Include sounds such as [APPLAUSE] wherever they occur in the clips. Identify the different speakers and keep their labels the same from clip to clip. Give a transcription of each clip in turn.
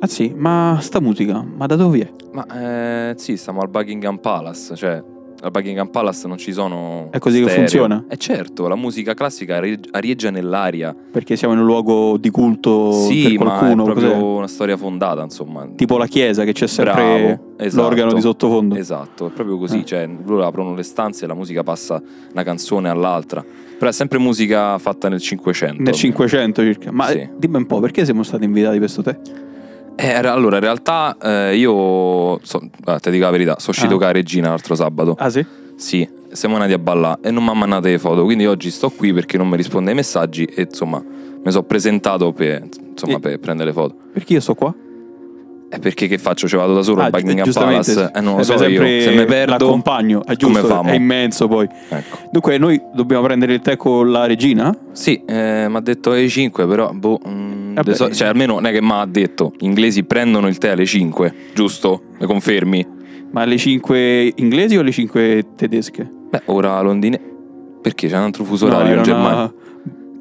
Speaker 1: Ah sì, ma sta musica, ma da dove è?
Speaker 2: Ma eh, sì, stiamo al Buckingham Palace, cioè al Buckingham Palace non ci sono...
Speaker 1: È così che
Speaker 2: stereo.
Speaker 1: funziona?
Speaker 2: Eh certo, la musica classica arieg- arieggia nell'aria.
Speaker 1: Perché siamo in un luogo di culto
Speaker 2: sì,
Speaker 1: per qualcuno,
Speaker 2: ma è proprio
Speaker 1: cos'è?
Speaker 2: una storia fondata, insomma.
Speaker 1: tipo la chiesa che c'è sempre
Speaker 2: Bravo, esatto.
Speaker 1: l'organo di sottofondo.
Speaker 2: Esatto, è proprio così,
Speaker 1: Eh.
Speaker 2: cioè loro aprono le stanze e la musica passa una canzone all'altra. Però è sempre musica fatta nel 500.
Speaker 1: Nel 500 circa. Ma
Speaker 2: Sì.
Speaker 1: eh, dimmi un po', perché siamo stati invitati per questo tè?
Speaker 2: Eh, era- allora, in realtà eh, io, so- ah, te dico la verità, sono uscito
Speaker 1: Ah.
Speaker 2: con la regina l'altro sabato.
Speaker 1: Ah sì?
Speaker 2: Sì, siamo andati a ballare e non mi ha mandato le foto, quindi oggi sto qui perché non mi risponde ai messaggi e insomma mi sono presentato per, insomma,
Speaker 1: E-
Speaker 2: per prendere le foto.
Speaker 1: Perché io sto qua?
Speaker 2: E perché che faccio? Ci vado da solo
Speaker 1: Ah,
Speaker 2: al
Speaker 1: gi-
Speaker 2: Buckingham
Speaker 1: giustamente,
Speaker 2: Palace?
Speaker 1: sì.
Speaker 2: Eh, non lo
Speaker 1: Eh,
Speaker 2: so
Speaker 1: per
Speaker 2: io,
Speaker 1: sempre
Speaker 2: se mi perdo...
Speaker 1: L'accompagno, è
Speaker 2: come
Speaker 1: giusto,
Speaker 2: famo?
Speaker 1: è immenso poi.
Speaker 2: Ecco.
Speaker 1: Dunque noi dobbiamo prendere il tè con la regina?
Speaker 2: Sì, eh, mi ha detto alle 5, però boh, mm,
Speaker 1: Vabbè.
Speaker 2: adesso- cioè, almeno non è che mi ha detto. Gli inglesi prendono il tè alle 5, giusto? Le confermi?
Speaker 1: Ma le 5 inglesi o le 5 tedesche?
Speaker 2: Beh, ora londine. Perché c'è un altro fuso
Speaker 1: No,
Speaker 2: orario
Speaker 1: era
Speaker 2: in
Speaker 1: una
Speaker 2: Germania?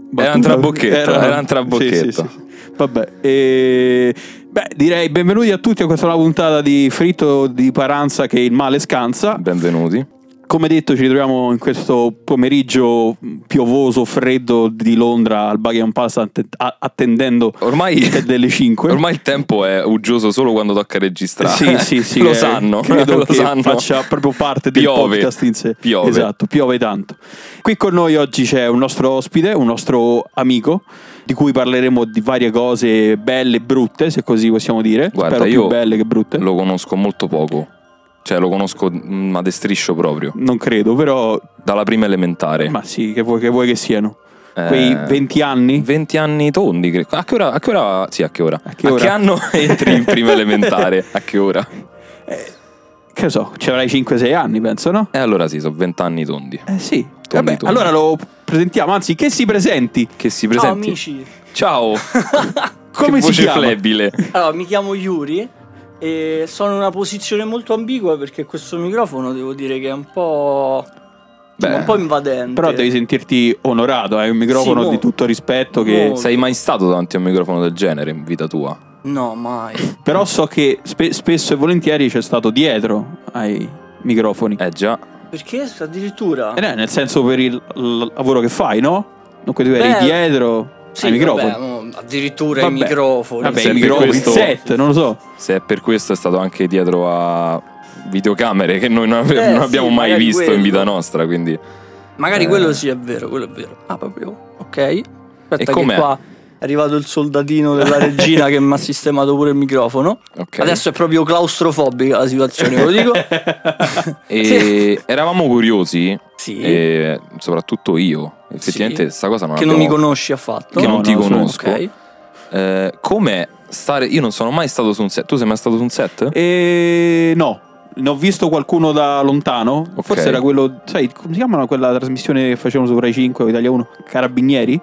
Speaker 1: battuta-
Speaker 2: Era un trabocchetta, era un
Speaker 1: sì,
Speaker 2: trabocchetta.
Speaker 1: sì, sì. Vabbè, e- beh, direi benvenuti a tutti a questa nuova puntata di Fritto di Paranza che il male scansa.
Speaker 2: Benvenuti.
Speaker 1: Come detto, ci ritroviamo in questo pomeriggio piovoso, freddo di Londra al Buckingham Palace att- a- attendendo
Speaker 2: Ormai,
Speaker 1: il
Speaker 2: [LAUGHS]
Speaker 1: tè delle 5.
Speaker 2: ormai il tempo è uggioso solo quando tocca registrare.
Speaker 1: Sì, sì, [LAUGHS] sì,
Speaker 2: [LAUGHS] lo
Speaker 1: eh,
Speaker 2: sanno.
Speaker 1: Credo
Speaker 2: lo
Speaker 1: che
Speaker 2: sanno.
Speaker 1: faccia proprio parte del
Speaker 2: Piove,
Speaker 1: podcast in sé.
Speaker 2: Piove.
Speaker 1: Esatto, piove tanto. Qui con noi oggi c'è un nostro ospite, un nostro amico, di cui parleremo di varie cose belle e brutte, se così possiamo dire.
Speaker 2: Guarda,
Speaker 1: Spero
Speaker 2: io
Speaker 1: più belle che brutte.
Speaker 2: Lo conosco molto poco. Cioè, lo conosco, mm, ma destriscio proprio.
Speaker 1: Non credo, però...
Speaker 2: Dalla prima elementare.
Speaker 1: Ma sì, che vuoi che, vuoi che siano?
Speaker 2: Eh,
Speaker 1: Quei 20 anni?
Speaker 2: 20 anni tondi. cre- A che ora? A che ora? Sì, a che ora?
Speaker 1: A che ora?
Speaker 2: anno
Speaker 1: [LAUGHS]
Speaker 2: entri in prima elementare? A che ora?
Speaker 1: Che so, ci avrai 5-6 anni, penso, no?
Speaker 2: E Eh, allora sì, sono 20 anni tondi.
Speaker 1: Eh sì.
Speaker 2: Tondi,
Speaker 1: Vabbè,
Speaker 2: tondi.
Speaker 1: allora lo presentiamo, anzi, che si presenti?
Speaker 2: Che si
Speaker 3: Ciao
Speaker 2: presenti?
Speaker 3: amici,
Speaker 2: Ciao.
Speaker 1: [LAUGHS] Come
Speaker 2: che
Speaker 1: si
Speaker 2: voce
Speaker 1: chiama?
Speaker 2: flebile.
Speaker 3: allora, mi chiamo Yuri e sono in una posizione molto ambigua perché questo microfono devo dire che è un po',
Speaker 2: Beh,
Speaker 3: un po invadente.
Speaker 1: Però devi sentirti onorato, hai un microfono
Speaker 3: mo-
Speaker 1: di tutto rispetto che...
Speaker 3: mo-
Speaker 2: Sei mai stato davanti a un microfono del genere in vita tua?
Speaker 3: No, mai.
Speaker 1: Però so che spe- spesso e volentieri c'è stato dietro ai microfoni.
Speaker 2: Eh già.
Speaker 3: Perché addirittura...
Speaker 1: Eh, no, nel senso per il l- lavoro che fai, no? Dunque tu eri
Speaker 3: Beh,
Speaker 1: dietro
Speaker 3: Sì,
Speaker 1: ai microfoni.
Speaker 3: vabbè, mo- addirittura i
Speaker 1: Vabbè.
Speaker 3: microfoni.
Speaker 1: Vabbè,
Speaker 2: Sempre
Speaker 1: i microfoni,
Speaker 2: questo-
Speaker 1: il set, non lo so.
Speaker 2: Se è per questo è stato anche dietro a videocamere che noi non, ave-
Speaker 3: Eh,
Speaker 2: non
Speaker 3: sì,
Speaker 2: abbiamo mai
Speaker 3: magari
Speaker 2: visto in
Speaker 3: quello.
Speaker 2: vita nostra, quindi
Speaker 3: Magari
Speaker 2: Eh.
Speaker 3: quello sì è vero, quello è vero. Ah, proprio. Ok. Aspetta
Speaker 2: com'è?
Speaker 3: che qua è arrivato il
Speaker 1: [LAUGHS]
Speaker 3: soldatino della regina che mi ha sistemato pure il microfono.
Speaker 2: ok.
Speaker 3: Adesso è proprio claustrofobica la situazione, ve
Speaker 1: [LAUGHS]
Speaker 3: lo dico.
Speaker 2: E eravamo curiosi
Speaker 3: Sì.
Speaker 1: Eh,
Speaker 2: e soprattutto io, effettivamente
Speaker 3: Sì.
Speaker 2: sta cosa non
Speaker 3: che non mi
Speaker 2: l'abbiamo-
Speaker 3: conosci affatto.
Speaker 2: che
Speaker 1: No,
Speaker 2: non ti
Speaker 1: no, sono-
Speaker 2: conosco.
Speaker 3: Ok.
Speaker 2: Eh, come stare. Io non sono mai stato su un set. Tu sei mai stato su un set?
Speaker 1: E no, ne ho visto qualcuno da lontano.
Speaker 2: Ok.
Speaker 1: Forse era quello, sai, come si chiamano quella trasmissione che facevano su Rai 5 o Italia 1? Carabinieri?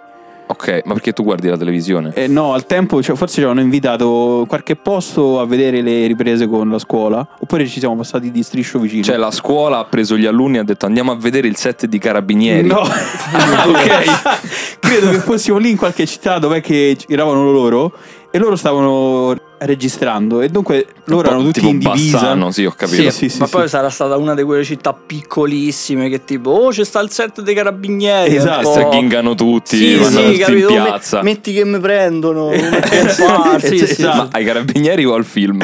Speaker 2: Ok, ma perché tu guardi la televisione?
Speaker 1: Eh, no, al tempo cioè, forse ci avevano invitato qualche posto a vedere le riprese con la scuola. Oppure ci siamo passati di striscio vicino.
Speaker 2: Cioè, la scuola ha preso gli alunni e ha detto andiamo a vedere il set di carabinieri.
Speaker 1: [LAUGHS] No,
Speaker 2: Ah, ok.
Speaker 1: credo che fossimo lì in qualche città dove che giravano loro e loro stavano registrando e dunque loro erano tutti
Speaker 2: tipo
Speaker 1: in divisa.
Speaker 2: Bassano, sì, ho capito.
Speaker 1: Sì, sì, sì,
Speaker 3: ma
Speaker 1: sì.
Speaker 3: poi sarà stata una di quelle città piccolissime che tipo, oh c'è sta il set dei carabinieri.
Speaker 1: Esatto.
Speaker 3: un
Speaker 2: Si
Speaker 3: po'-
Speaker 2: ghingano Eh, tutti,
Speaker 3: Oh. Sì,
Speaker 2: vanno
Speaker 3: sì,
Speaker 2: tutti in
Speaker 3: capito? Me-
Speaker 2: piazza.
Speaker 3: metti che mi prendono.
Speaker 2: [LAUGHS]
Speaker 3: come
Speaker 1: Esatto.
Speaker 3: comparsi, sì, sì.
Speaker 1: Esatto.
Speaker 2: Ma ai carabinieri o al [LAUGHS] film?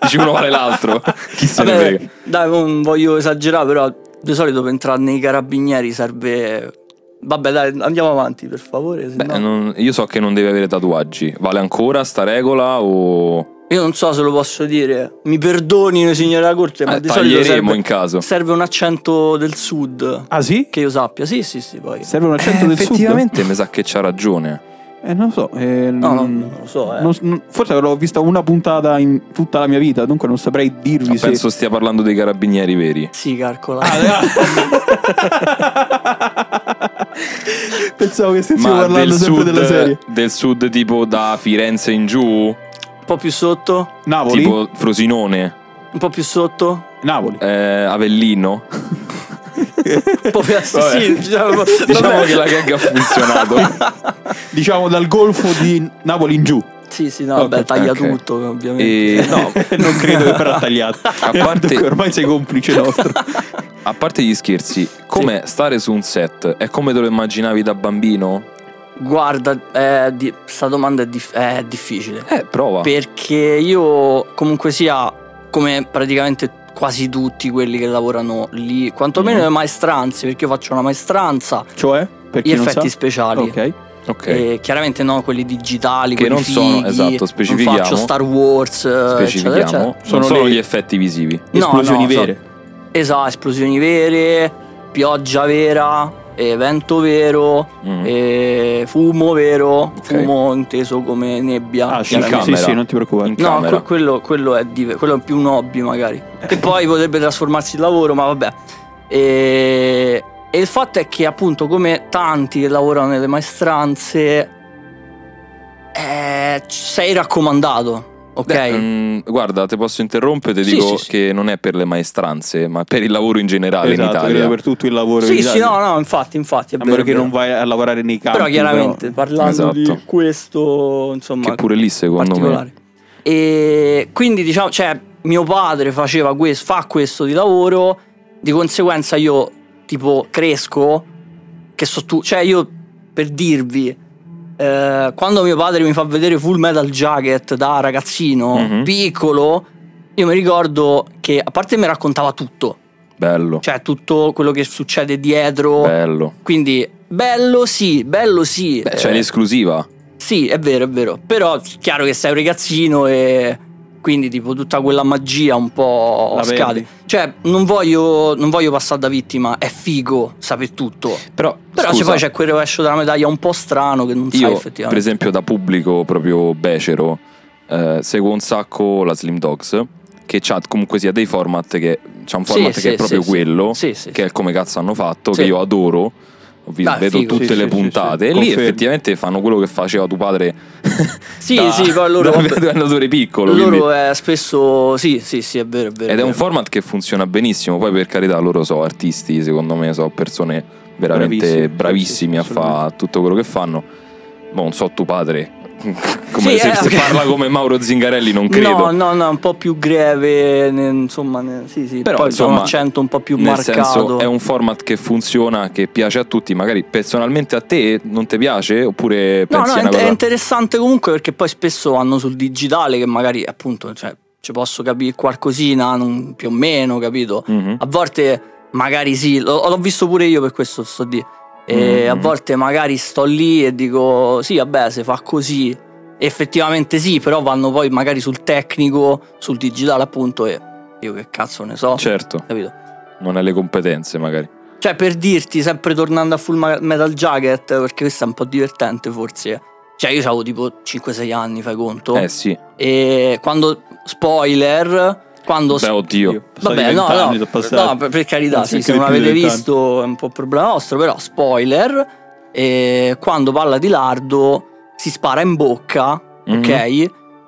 Speaker 2: Dici uno vale l'altro. Chi se ne
Speaker 3: Vabbè,
Speaker 2: frega.
Speaker 3: Dai, non voglio esagerare, però di solito per entrare nei carabinieri serve... Vabbè, dai, andiamo avanti, per favore. se
Speaker 2: Beh,
Speaker 3: no-
Speaker 2: non- io so che non devi avere tatuaggi. Vale ancora sta regola o.
Speaker 3: Io non so se lo posso dire. Mi perdonino, signora Corte, ma
Speaker 2: Eh,
Speaker 3: di solito
Speaker 2: taglieremo
Speaker 3: serve,
Speaker 2: in caso.
Speaker 3: serve un accento del sud.
Speaker 1: Ah sì?
Speaker 3: Che io sappia, sì, sì, sì, poi.
Speaker 1: Serve un accento
Speaker 2: Eh,
Speaker 1: del sud?
Speaker 2: effettivamente mi sa che c'ha ragione.
Speaker 1: Eh, non so. eh,
Speaker 3: No, no,
Speaker 1: mm,
Speaker 3: non lo so, eh.
Speaker 1: non- non- forse avrò vista una puntata in tutta la mia vita, dunque non saprei dirvi
Speaker 2: Ma
Speaker 1: se...
Speaker 2: Ah, penso stia parlando dei carabinieri veri.
Speaker 3: Sì, calcola.
Speaker 1: [LAUGHS] Pensavo che stessimo
Speaker 2: Ma del
Speaker 1: parlando sempre
Speaker 2: sud,
Speaker 1: della serie.
Speaker 2: del sud, tipo da Firenze in giù,
Speaker 3: un po' più sotto,
Speaker 1: Napoli?
Speaker 2: tipo Frosinone,
Speaker 3: un po' più sotto.
Speaker 1: Napoli.
Speaker 2: eh, Avellino.
Speaker 3: Un po' più
Speaker 2: Vabbè.
Speaker 3: sì, diciamo,
Speaker 2: Diciamo
Speaker 3: vabbè.
Speaker 2: che la gag ha funzionato.
Speaker 1: Diciamo dal golfo di Napoli in giù.
Speaker 3: Sì, sì, no,
Speaker 1: Ok,
Speaker 3: vabbè, taglia
Speaker 2: ok.
Speaker 3: tutto, ovviamente.
Speaker 2: E no,
Speaker 1: [LAUGHS] non credo che verrà tagliato. [LAUGHS]
Speaker 2: A parte-
Speaker 1: Ormai sei complice nostro.
Speaker 2: a parte gli scherzi, com'è stare su un set? È come te lo immaginavi da bambino?
Speaker 3: Guarda, eh, di- sta domanda è, dif- è difficile.
Speaker 2: Eh, prova.
Speaker 3: Perché io comunque sia, come praticamente quasi tutti quelli che lavorano lì, quantomeno
Speaker 1: Mm.
Speaker 3: le maestranze, perché io faccio una maestranza,
Speaker 1: Cioè, per
Speaker 3: gli
Speaker 1: chi non
Speaker 3: effetti
Speaker 1: sa.
Speaker 3: speciali.
Speaker 1: Ok.
Speaker 2: ok.
Speaker 3: E chiaramente no, quelli digitali,
Speaker 2: Che
Speaker 3: quelli
Speaker 2: non sono-
Speaker 3: fighi,
Speaker 2: esatto, specifichiamo.
Speaker 3: Non faccio Star Wars, eh, eccetera,
Speaker 2: Specifichiamo.
Speaker 3: eccetera.
Speaker 2: Sono
Speaker 1: Sono
Speaker 2: solo
Speaker 1: le-
Speaker 2: gli effetti visivi.
Speaker 3: No,
Speaker 1: Esplosioni
Speaker 3: no, so-
Speaker 1: vere.
Speaker 3: Esatto, esplosioni vere, pioggia vera, eh, vento vero,
Speaker 2: Mm.
Speaker 3: eh, fumo vero, fumo inteso come nebbia.
Speaker 1: Ah, sì,
Speaker 2: in
Speaker 3: chiaramente.
Speaker 1: sì,
Speaker 2: camera.
Speaker 1: sì, non ti preoccupare.
Speaker 2: In
Speaker 3: No,
Speaker 2: camera.
Speaker 3: que- quello, quello è div- quello è più un hobby magari.
Speaker 1: Eh.
Speaker 3: Che poi potrebbe trasformarsi in lavoro, ma vabbè. E, e il fatto è che appunto come tanti che lavorano nelle maestranze, eh, sei raccomandato, ok?
Speaker 2: Beh, mm, guarda, te posso interrompere, ti
Speaker 3: Sì,
Speaker 2: dico
Speaker 3: sì, sì.
Speaker 2: che non è per le maestranze, ma per il lavoro in generale in
Speaker 1: Esatto, credo
Speaker 2: Italia.
Speaker 1: per tutto il lavoro in
Speaker 3: sì, sì,
Speaker 1: Italia.
Speaker 3: no, no, infatti, infatti. È
Speaker 1: A
Speaker 3: vero,
Speaker 1: meno
Speaker 3: è
Speaker 1: che
Speaker 3: vero.
Speaker 1: non vai a lavorare nei campi.
Speaker 3: Però chiaramente parlando di
Speaker 2: Esatto.
Speaker 3: questo, insomma,
Speaker 2: Che pure lì, secondo me.
Speaker 3: particolare. E quindi diciamo, cioè, mio padre faceva questo, fa questo di lavoro, di conseguenza io tipo cresco che so tu, cioè io per dirvi eh, quando mio padre mi fa vedere Full Metal Jacket da ragazzino,
Speaker 2: Mhm.
Speaker 3: piccolo, io mi ricordo che a parte mi raccontava tutto,
Speaker 2: Bello,
Speaker 3: cioè tutto quello che succede dietro,
Speaker 2: bello.
Speaker 3: quindi bello sì, bello sì.
Speaker 2: Beh,
Speaker 3: eh,
Speaker 2: c'è l'esclusiva.
Speaker 3: sì, è vero, è vero. Però è chiaro che sei un ragazzino e quindi tipo tutta quella magia un po'
Speaker 1: La perdi.
Speaker 3: scade. Cioè, non voglio, non voglio passare da vittima, è figo sapere tutto.
Speaker 2: Però,
Speaker 3: Però se
Speaker 2: scusa,
Speaker 3: poi c'è quel rovescio della medaglia un po' strano che non sai
Speaker 2: io, per
Speaker 3: effettivamente.
Speaker 2: esempio, da pubblico proprio becero, eh, seguo un sacco la Slim Dogs, che ha comunque sia dei format che... C'ha un
Speaker 3: Sì,
Speaker 2: format
Speaker 3: sì,
Speaker 2: che è
Speaker 3: sì,
Speaker 2: proprio
Speaker 3: sì.
Speaker 2: quello,
Speaker 3: Sì, sì,
Speaker 2: che è come cazzo hanno fatto,
Speaker 3: Sì.
Speaker 2: che io adoro. Ho vi-
Speaker 3: Dai,
Speaker 2: vedo
Speaker 3: figo.
Speaker 2: tutte
Speaker 1: Sì,
Speaker 2: le
Speaker 1: sì, sì, sì.
Speaker 2: puntate e lì
Speaker 1: Confermo.
Speaker 2: effettivamente fanno quello che faceva tuo padre
Speaker 3: Sì,
Speaker 2: da-
Speaker 3: sì,
Speaker 2: [LAUGHS]
Speaker 3: poi loro-
Speaker 2: da- quando tu eri piccolo quindi-
Speaker 3: Loro è spesso... Sì, sì, sì, è vero, è vero.
Speaker 2: Ed è un
Speaker 3: vero.
Speaker 2: format che funziona benissimo. Poi, per carità, loro sono artisti, secondo me, sono persone
Speaker 1: Bravissimi,
Speaker 2: veramente bravissimi a
Speaker 1: sì, sì, assolutamente.
Speaker 2: fare tutto quello che fanno. Ma non so, tuo
Speaker 3: [LAUGHS]
Speaker 2: padre. come
Speaker 3: Sì,
Speaker 2: se,
Speaker 3: eh,
Speaker 2: se
Speaker 3: ok.
Speaker 2: parla come Mauro Zingarelli, non credo.
Speaker 3: No, no, no, un po' più greve, ne- insomma, ne- sì, sì.
Speaker 2: Però
Speaker 3: poi c'è
Speaker 2: insomma,
Speaker 3: un accento un po' più
Speaker 2: Nel
Speaker 3: marcato.
Speaker 2: senso, è un format che funziona, che piace a tutti. Magari personalmente a te non ti piace, oppure
Speaker 3: No,
Speaker 2: pensi
Speaker 3: no,
Speaker 2: a
Speaker 3: è,
Speaker 2: una cosa.
Speaker 3: è interessante comunque perché poi spesso vanno sul digitale che magari appunto cioè, ci posso capire qualcosina, non- più o meno, capito?
Speaker 2: Mhm.
Speaker 3: A volte magari sì, lo- l'ho visto pure io per questo sto di. E
Speaker 2: Mhm.
Speaker 3: a volte magari sto lì e dico sì, vabbè, se fa così, effettivamente sì, però vanno poi magari sul tecnico, sul digitale appunto e io che cazzo ne so,
Speaker 2: Certo,
Speaker 3: capito?
Speaker 2: non hai le competenze, magari.
Speaker 3: Cioè, per dirti, sempre tornando a Full Ma- Metal Jacket, perché questo è un po' divertente forse. Cioè, io avevo tipo 5-6 anni, fai conto.
Speaker 2: Eh sì,
Speaker 3: E quando. Spoiler. Quando.
Speaker 2: beh, oh, oddio.
Speaker 3: Vabbè, no, no, no, per, per carità,
Speaker 1: Anzi,
Speaker 3: sì, se
Speaker 1: anche
Speaker 3: non
Speaker 1: di più
Speaker 3: avete
Speaker 1: del
Speaker 3: visto è un po' problema nostro, però spoiler, eh, quando parla di Lardo si spara in bocca,
Speaker 2: Mhm.
Speaker 3: ok?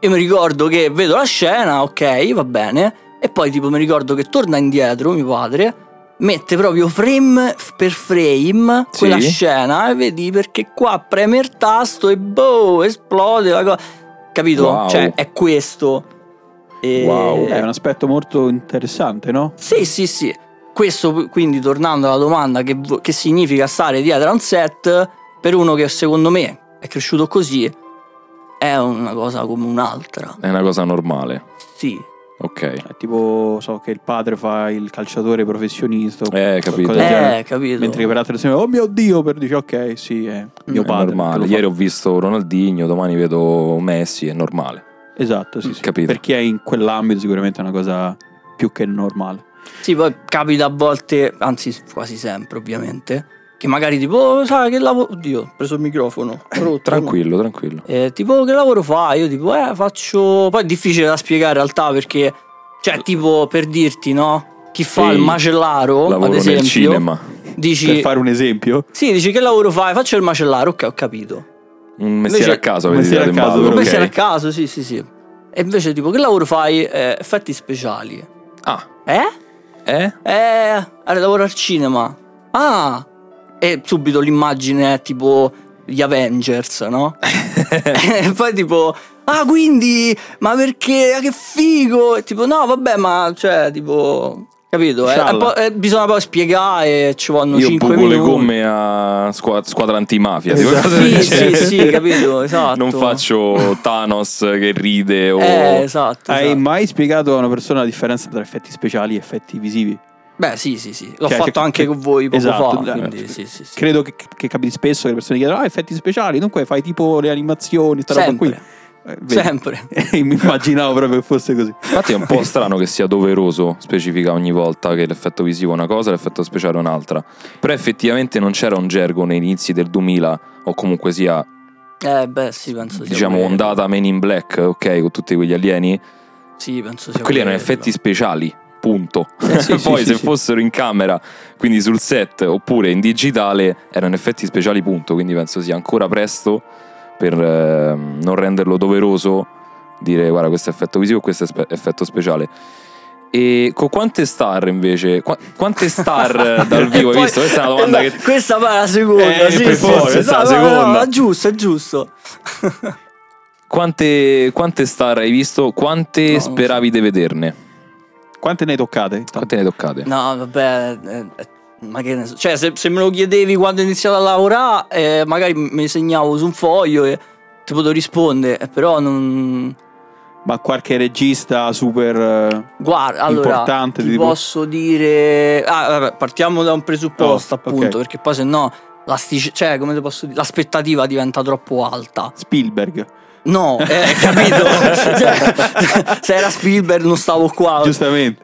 Speaker 3: Io mi ricordo che vedo la scena, ok, va bene, e poi tipo mi ricordo che torna indietro mio padre, mette proprio frame f- per frame
Speaker 2: Sì.
Speaker 3: quella scena, e vedi perché qua preme il tasto e boh, esplode la cosa, capito?
Speaker 2: Wow.
Speaker 3: Cioè è questo. E-
Speaker 2: Wow.
Speaker 1: È un aspetto molto interessante, no?
Speaker 3: sì, sì, sì. Questo quindi tornando alla domanda che, vo- che significa stare dietro a un set per uno che secondo me è cresciuto così è una cosa come un'altra.
Speaker 2: È una cosa normale.
Speaker 3: Sì.
Speaker 2: Ok.
Speaker 1: È tipo, so che il padre fa il calciatore professionista. o qualcosa
Speaker 2: Eh, capito.
Speaker 1: del genere.
Speaker 3: Eh, capito.
Speaker 1: Mentre che per altri sembra, oh mio Dio, per dice, ok, sì, è mio
Speaker 2: Mm, È
Speaker 1: padre.
Speaker 2: normale.
Speaker 1: che lo fa.
Speaker 2: Ieri ho visto Ronaldinho, domani vedo Messi, è normale.
Speaker 1: Esatto, sì, sì.
Speaker 2: Mm, Capito.
Speaker 1: Per chi è in quell'ambito sicuramente è una cosa più che normale.
Speaker 3: Sì, poi capita a volte, anzi quasi sempre ovviamente, che magari tipo, "Oh, sai che lavoro... Oddio, ho preso
Speaker 2: [LAUGHS]
Speaker 3: il microfono. ho rotto,
Speaker 2: Tranquillo, tranquillo.
Speaker 3: Eh, tipo, che lavoro fa? Io tipo, eh, faccio... Poi è difficile da spiegare in realtà perché... Cioè, tipo, per dirti, no? Chi fa
Speaker 2: Ehi,
Speaker 3: il macellaro,
Speaker 2: Lavoro
Speaker 3: ad
Speaker 2: nel
Speaker 3: esempio...
Speaker 2: cinema.
Speaker 1: Per
Speaker 3: Dici,
Speaker 1: fare un esempio,
Speaker 3: sì, dici che lavoro fai? Faccio il macellaro, ok, ho capito.
Speaker 2: Un mestiere
Speaker 3: Invece-
Speaker 2: a caso,
Speaker 1: un
Speaker 2: avete
Speaker 1: mestiere
Speaker 2: tirato in
Speaker 1: a caso,
Speaker 2: ballo,
Speaker 1: però.
Speaker 3: Questo era a
Speaker 2: ok.
Speaker 3: caso, sì, sì, sì. E invece tipo, che lavoro fai? Eh, effetti speciali.
Speaker 2: Ah,
Speaker 3: Eh?
Speaker 2: eh?
Speaker 3: Eh, allora, lavoro al cinema. Ah! E
Speaker 2: [LAUGHS]
Speaker 3: subito l'immagine è tipo gli Avengers, no? [LAUGHS] e poi tipo, ah quindi, ma perché, ah, che figo, E tipo no vabbè ma cioè tipo, capito, eh?
Speaker 1: Scialla.
Speaker 3: È un po'- eh, bisogna poi spiegare, eh, ci vogliono
Speaker 2: Io
Speaker 3: 5
Speaker 2: buco
Speaker 3: minuti.
Speaker 2: le gomme a squa- squadra antimafia. tipo
Speaker 1: Esatto.
Speaker 2: cose del
Speaker 3: Sì,
Speaker 2: genere.
Speaker 3: sì,
Speaker 2: [LAUGHS]
Speaker 3: sì, capito, esatto.
Speaker 2: Non faccio Thanos che
Speaker 3: [LAUGHS]
Speaker 2: ride o...
Speaker 3: Eh, esatto,
Speaker 1: Hai
Speaker 3: esatto.
Speaker 1: mai spiegato a una persona la differenza tra effetti speciali e effetti visivi?
Speaker 3: Beh sì sì sì, l'ho
Speaker 1: Cioè,
Speaker 3: fatto
Speaker 1: che-
Speaker 3: anche
Speaker 1: che-
Speaker 3: con voi poco
Speaker 1: esatto,
Speaker 3: fa,
Speaker 1: eh,
Speaker 3: quindi sì sì sì.
Speaker 1: Credo che, che capiti spesso che le persone chiedono: Ah, effetti speciali, dunque fai tipo le animazioni, sta roba qui.
Speaker 3: Sempre,
Speaker 1: Eh, vedi.
Speaker 3: sempre.
Speaker 1: [LAUGHS]
Speaker 2: [LAUGHS]
Speaker 1: Mi immaginavo proprio che fosse così.
Speaker 2: Infatti è un
Speaker 3: esatto.
Speaker 2: po' strano che sia doveroso specificare ogni volta che l'effetto visivo è una cosa e l'effetto speciale è un'altra. Però effettivamente non c'era un gergo nei inizi del 2000 o comunque sia,
Speaker 3: Eh beh sì, penso sia
Speaker 2: diciamo,
Speaker 3: quello.
Speaker 2: ondata Men in Black, ok, con tutti quegli alieni.
Speaker 3: Sì, penso sia
Speaker 2: Quelli erano
Speaker 3: quello.
Speaker 2: effetti speciali, punto.
Speaker 1: Eh,
Speaker 2: [LAUGHS]
Speaker 1: sì, sì,
Speaker 2: Poi
Speaker 1: sì,
Speaker 2: se
Speaker 1: sì.
Speaker 2: fossero in camera, quindi sul set oppure in digitale, erano effetti speciali, punto. Quindi penso sia ancora presto per ehm, non renderlo doveroso dire guarda questo è effetto visivo, questo è spe- effetto speciale. E con quante star invece? Qua- quante
Speaker 3: [LAUGHS]
Speaker 2: star eh, dal vivo
Speaker 3: E
Speaker 2: hai
Speaker 3: poi-
Speaker 2: visto? Questa è una domanda
Speaker 3: eh,
Speaker 2: che...
Speaker 3: no, Questa poi è la seconda,
Speaker 2: Eh,
Speaker 3: sì,
Speaker 2: per
Speaker 3: sì,
Speaker 2: forza,
Speaker 3: sì.
Speaker 2: questa è la
Speaker 3: No, no,
Speaker 2: seconda.
Speaker 3: no, è giusto, è giusto.
Speaker 2: Quante, quante star hai visto? Quante
Speaker 3: No, non so.
Speaker 2: speravi di vederne?
Speaker 1: Quante ne hai toccate?
Speaker 2: Quante ne toccate?
Speaker 3: No, vabbè, eh, eh, ma che ne so. Cioè, se, se me lo chiedevi quando ho iniziato a lavorare, eh, magari mi segnavo su un foglio e ti potevo rispondere, eh, però non...
Speaker 1: Ma qualche regista super. eh,
Speaker 3: Guarda, allora,
Speaker 1: Importante,
Speaker 3: ti
Speaker 1: tipo-
Speaker 3: posso dire... Ah, vabbè, partiamo da un presupposto,
Speaker 1: Oh, ok.
Speaker 3: appunto, perché poi se no... l'astic- Cioè, come te posso dire? L'aspettativa diventa troppo alta.
Speaker 1: Spielberg.
Speaker 2: [LAUGHS]
Speaker 3: No, eh, capito? Cioè, [LAUGHS] se era Spielberg non stavo qua. [LAUGHS]
Speaker 1: Giustamente.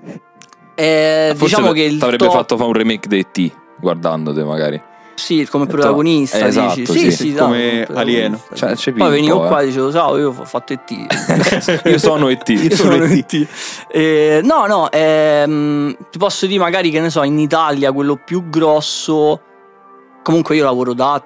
Speaker 3: Eh,
Speaker 2: Ah, Forse
Speaker 3: diciamo che il
Speaker 2: avrebbe
Speaker 3: top-
Speaker 2: fatto fare un remake dei T guardandote
Speaker 3: [LAUGHS]
Speaker 2: magari.
Speaker 3: Sì, come
Speaker 2: Eh,
Speaker 3: protagonista,
Speaker 2: eh, esatto,
Speaker 3: dici.
Speaker 2: sì.
Speaker 3: Sì, sì, dai,
Speaker 1: Come
Speaker 3: protagonista.
Speaker 1: Alieno.
Speaker 2: Cioè, c'è
Speaker 3: Poi
Speaker 2: un
Speaker 3: venivo
Speaker 2: po',
Speaker 3: qua
Speaker 2: eh.
Speaker 3: e dicevo, ciao, io ho fatto ET.
Speaker 2: [LAUGHS] Io sono ET.
Speaker 1: Io sono ET.
Speaker 3: Eh, no, no, ehm, ti posso dire magari che ne so, in Italia quello più grosso... Comunque io lavoro da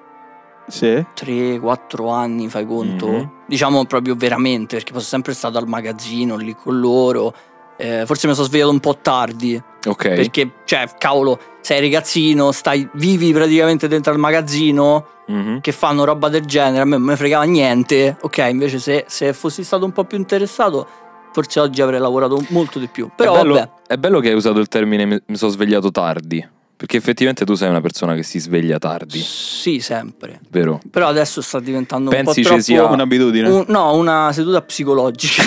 Speaker 1: Sì.
Speaker 3: 3-4 anni, fai conto,
Speaker 2: Mhm.
Speaker 3: diciamo proprio veramente, perché poi sono sempre stato al magazzino lì con loro. eh, forse mi sono svegliato un po' tardi.
Speaker 2: Ok.
Speaker 3: Perché, cioè, cavolo, sei ragazzino, stai, vivi praticamente dentro al magazzino
Speaker 2: Mhm.
Speaker 3: che fanno roba del genere, a me non me fregava niente. Ok, invece se, se fossi stato un po' più interessato, forse oggi avrei lavorato molto di più. Però
Speaker 2: è, bello,
Speaker 3: vabbè,
Speaker 2: è bello che hai usato il termine mi, mi sono svegliato tardi. Perché effettivamente tu sei una persona che si sveglia tardi,
Speaker 3: sì, sempre.
Speaker 2: vero?
Speaker 3: Però adesso sta diventando
Speaker 2: Pensi
Speaker 3: un
Speaker 2: ci
Speaker 3: po' troppo
Speaker 2: sia-
Speaker 1: Un'abitudine.
Speaker 3: Ah, un- no, una
Speaker 2: [LAUGHS]
Speaker 3: seduta psicologica.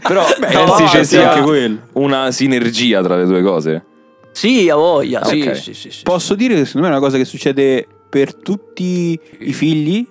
Speaker 2: Però
Speaker 3: [LAUGHS]
Speaker 1: Beh,
Speaker 2: pensi ci
Speaker 3: no,
Speaker 1: sì,
Speaker 3: sì,
Speaker 2: sia
Speaker 1: anche quello.
Speaker 2: una sinergia tra le due cose?
Speaker 3: sì, a voglia. Sì,
Speaker 2: Ah, Ok.
Speaker 3: sì, sì, sì.
Speaker 1: Posso dire che secondo me è una cosa che succede per tutti i figli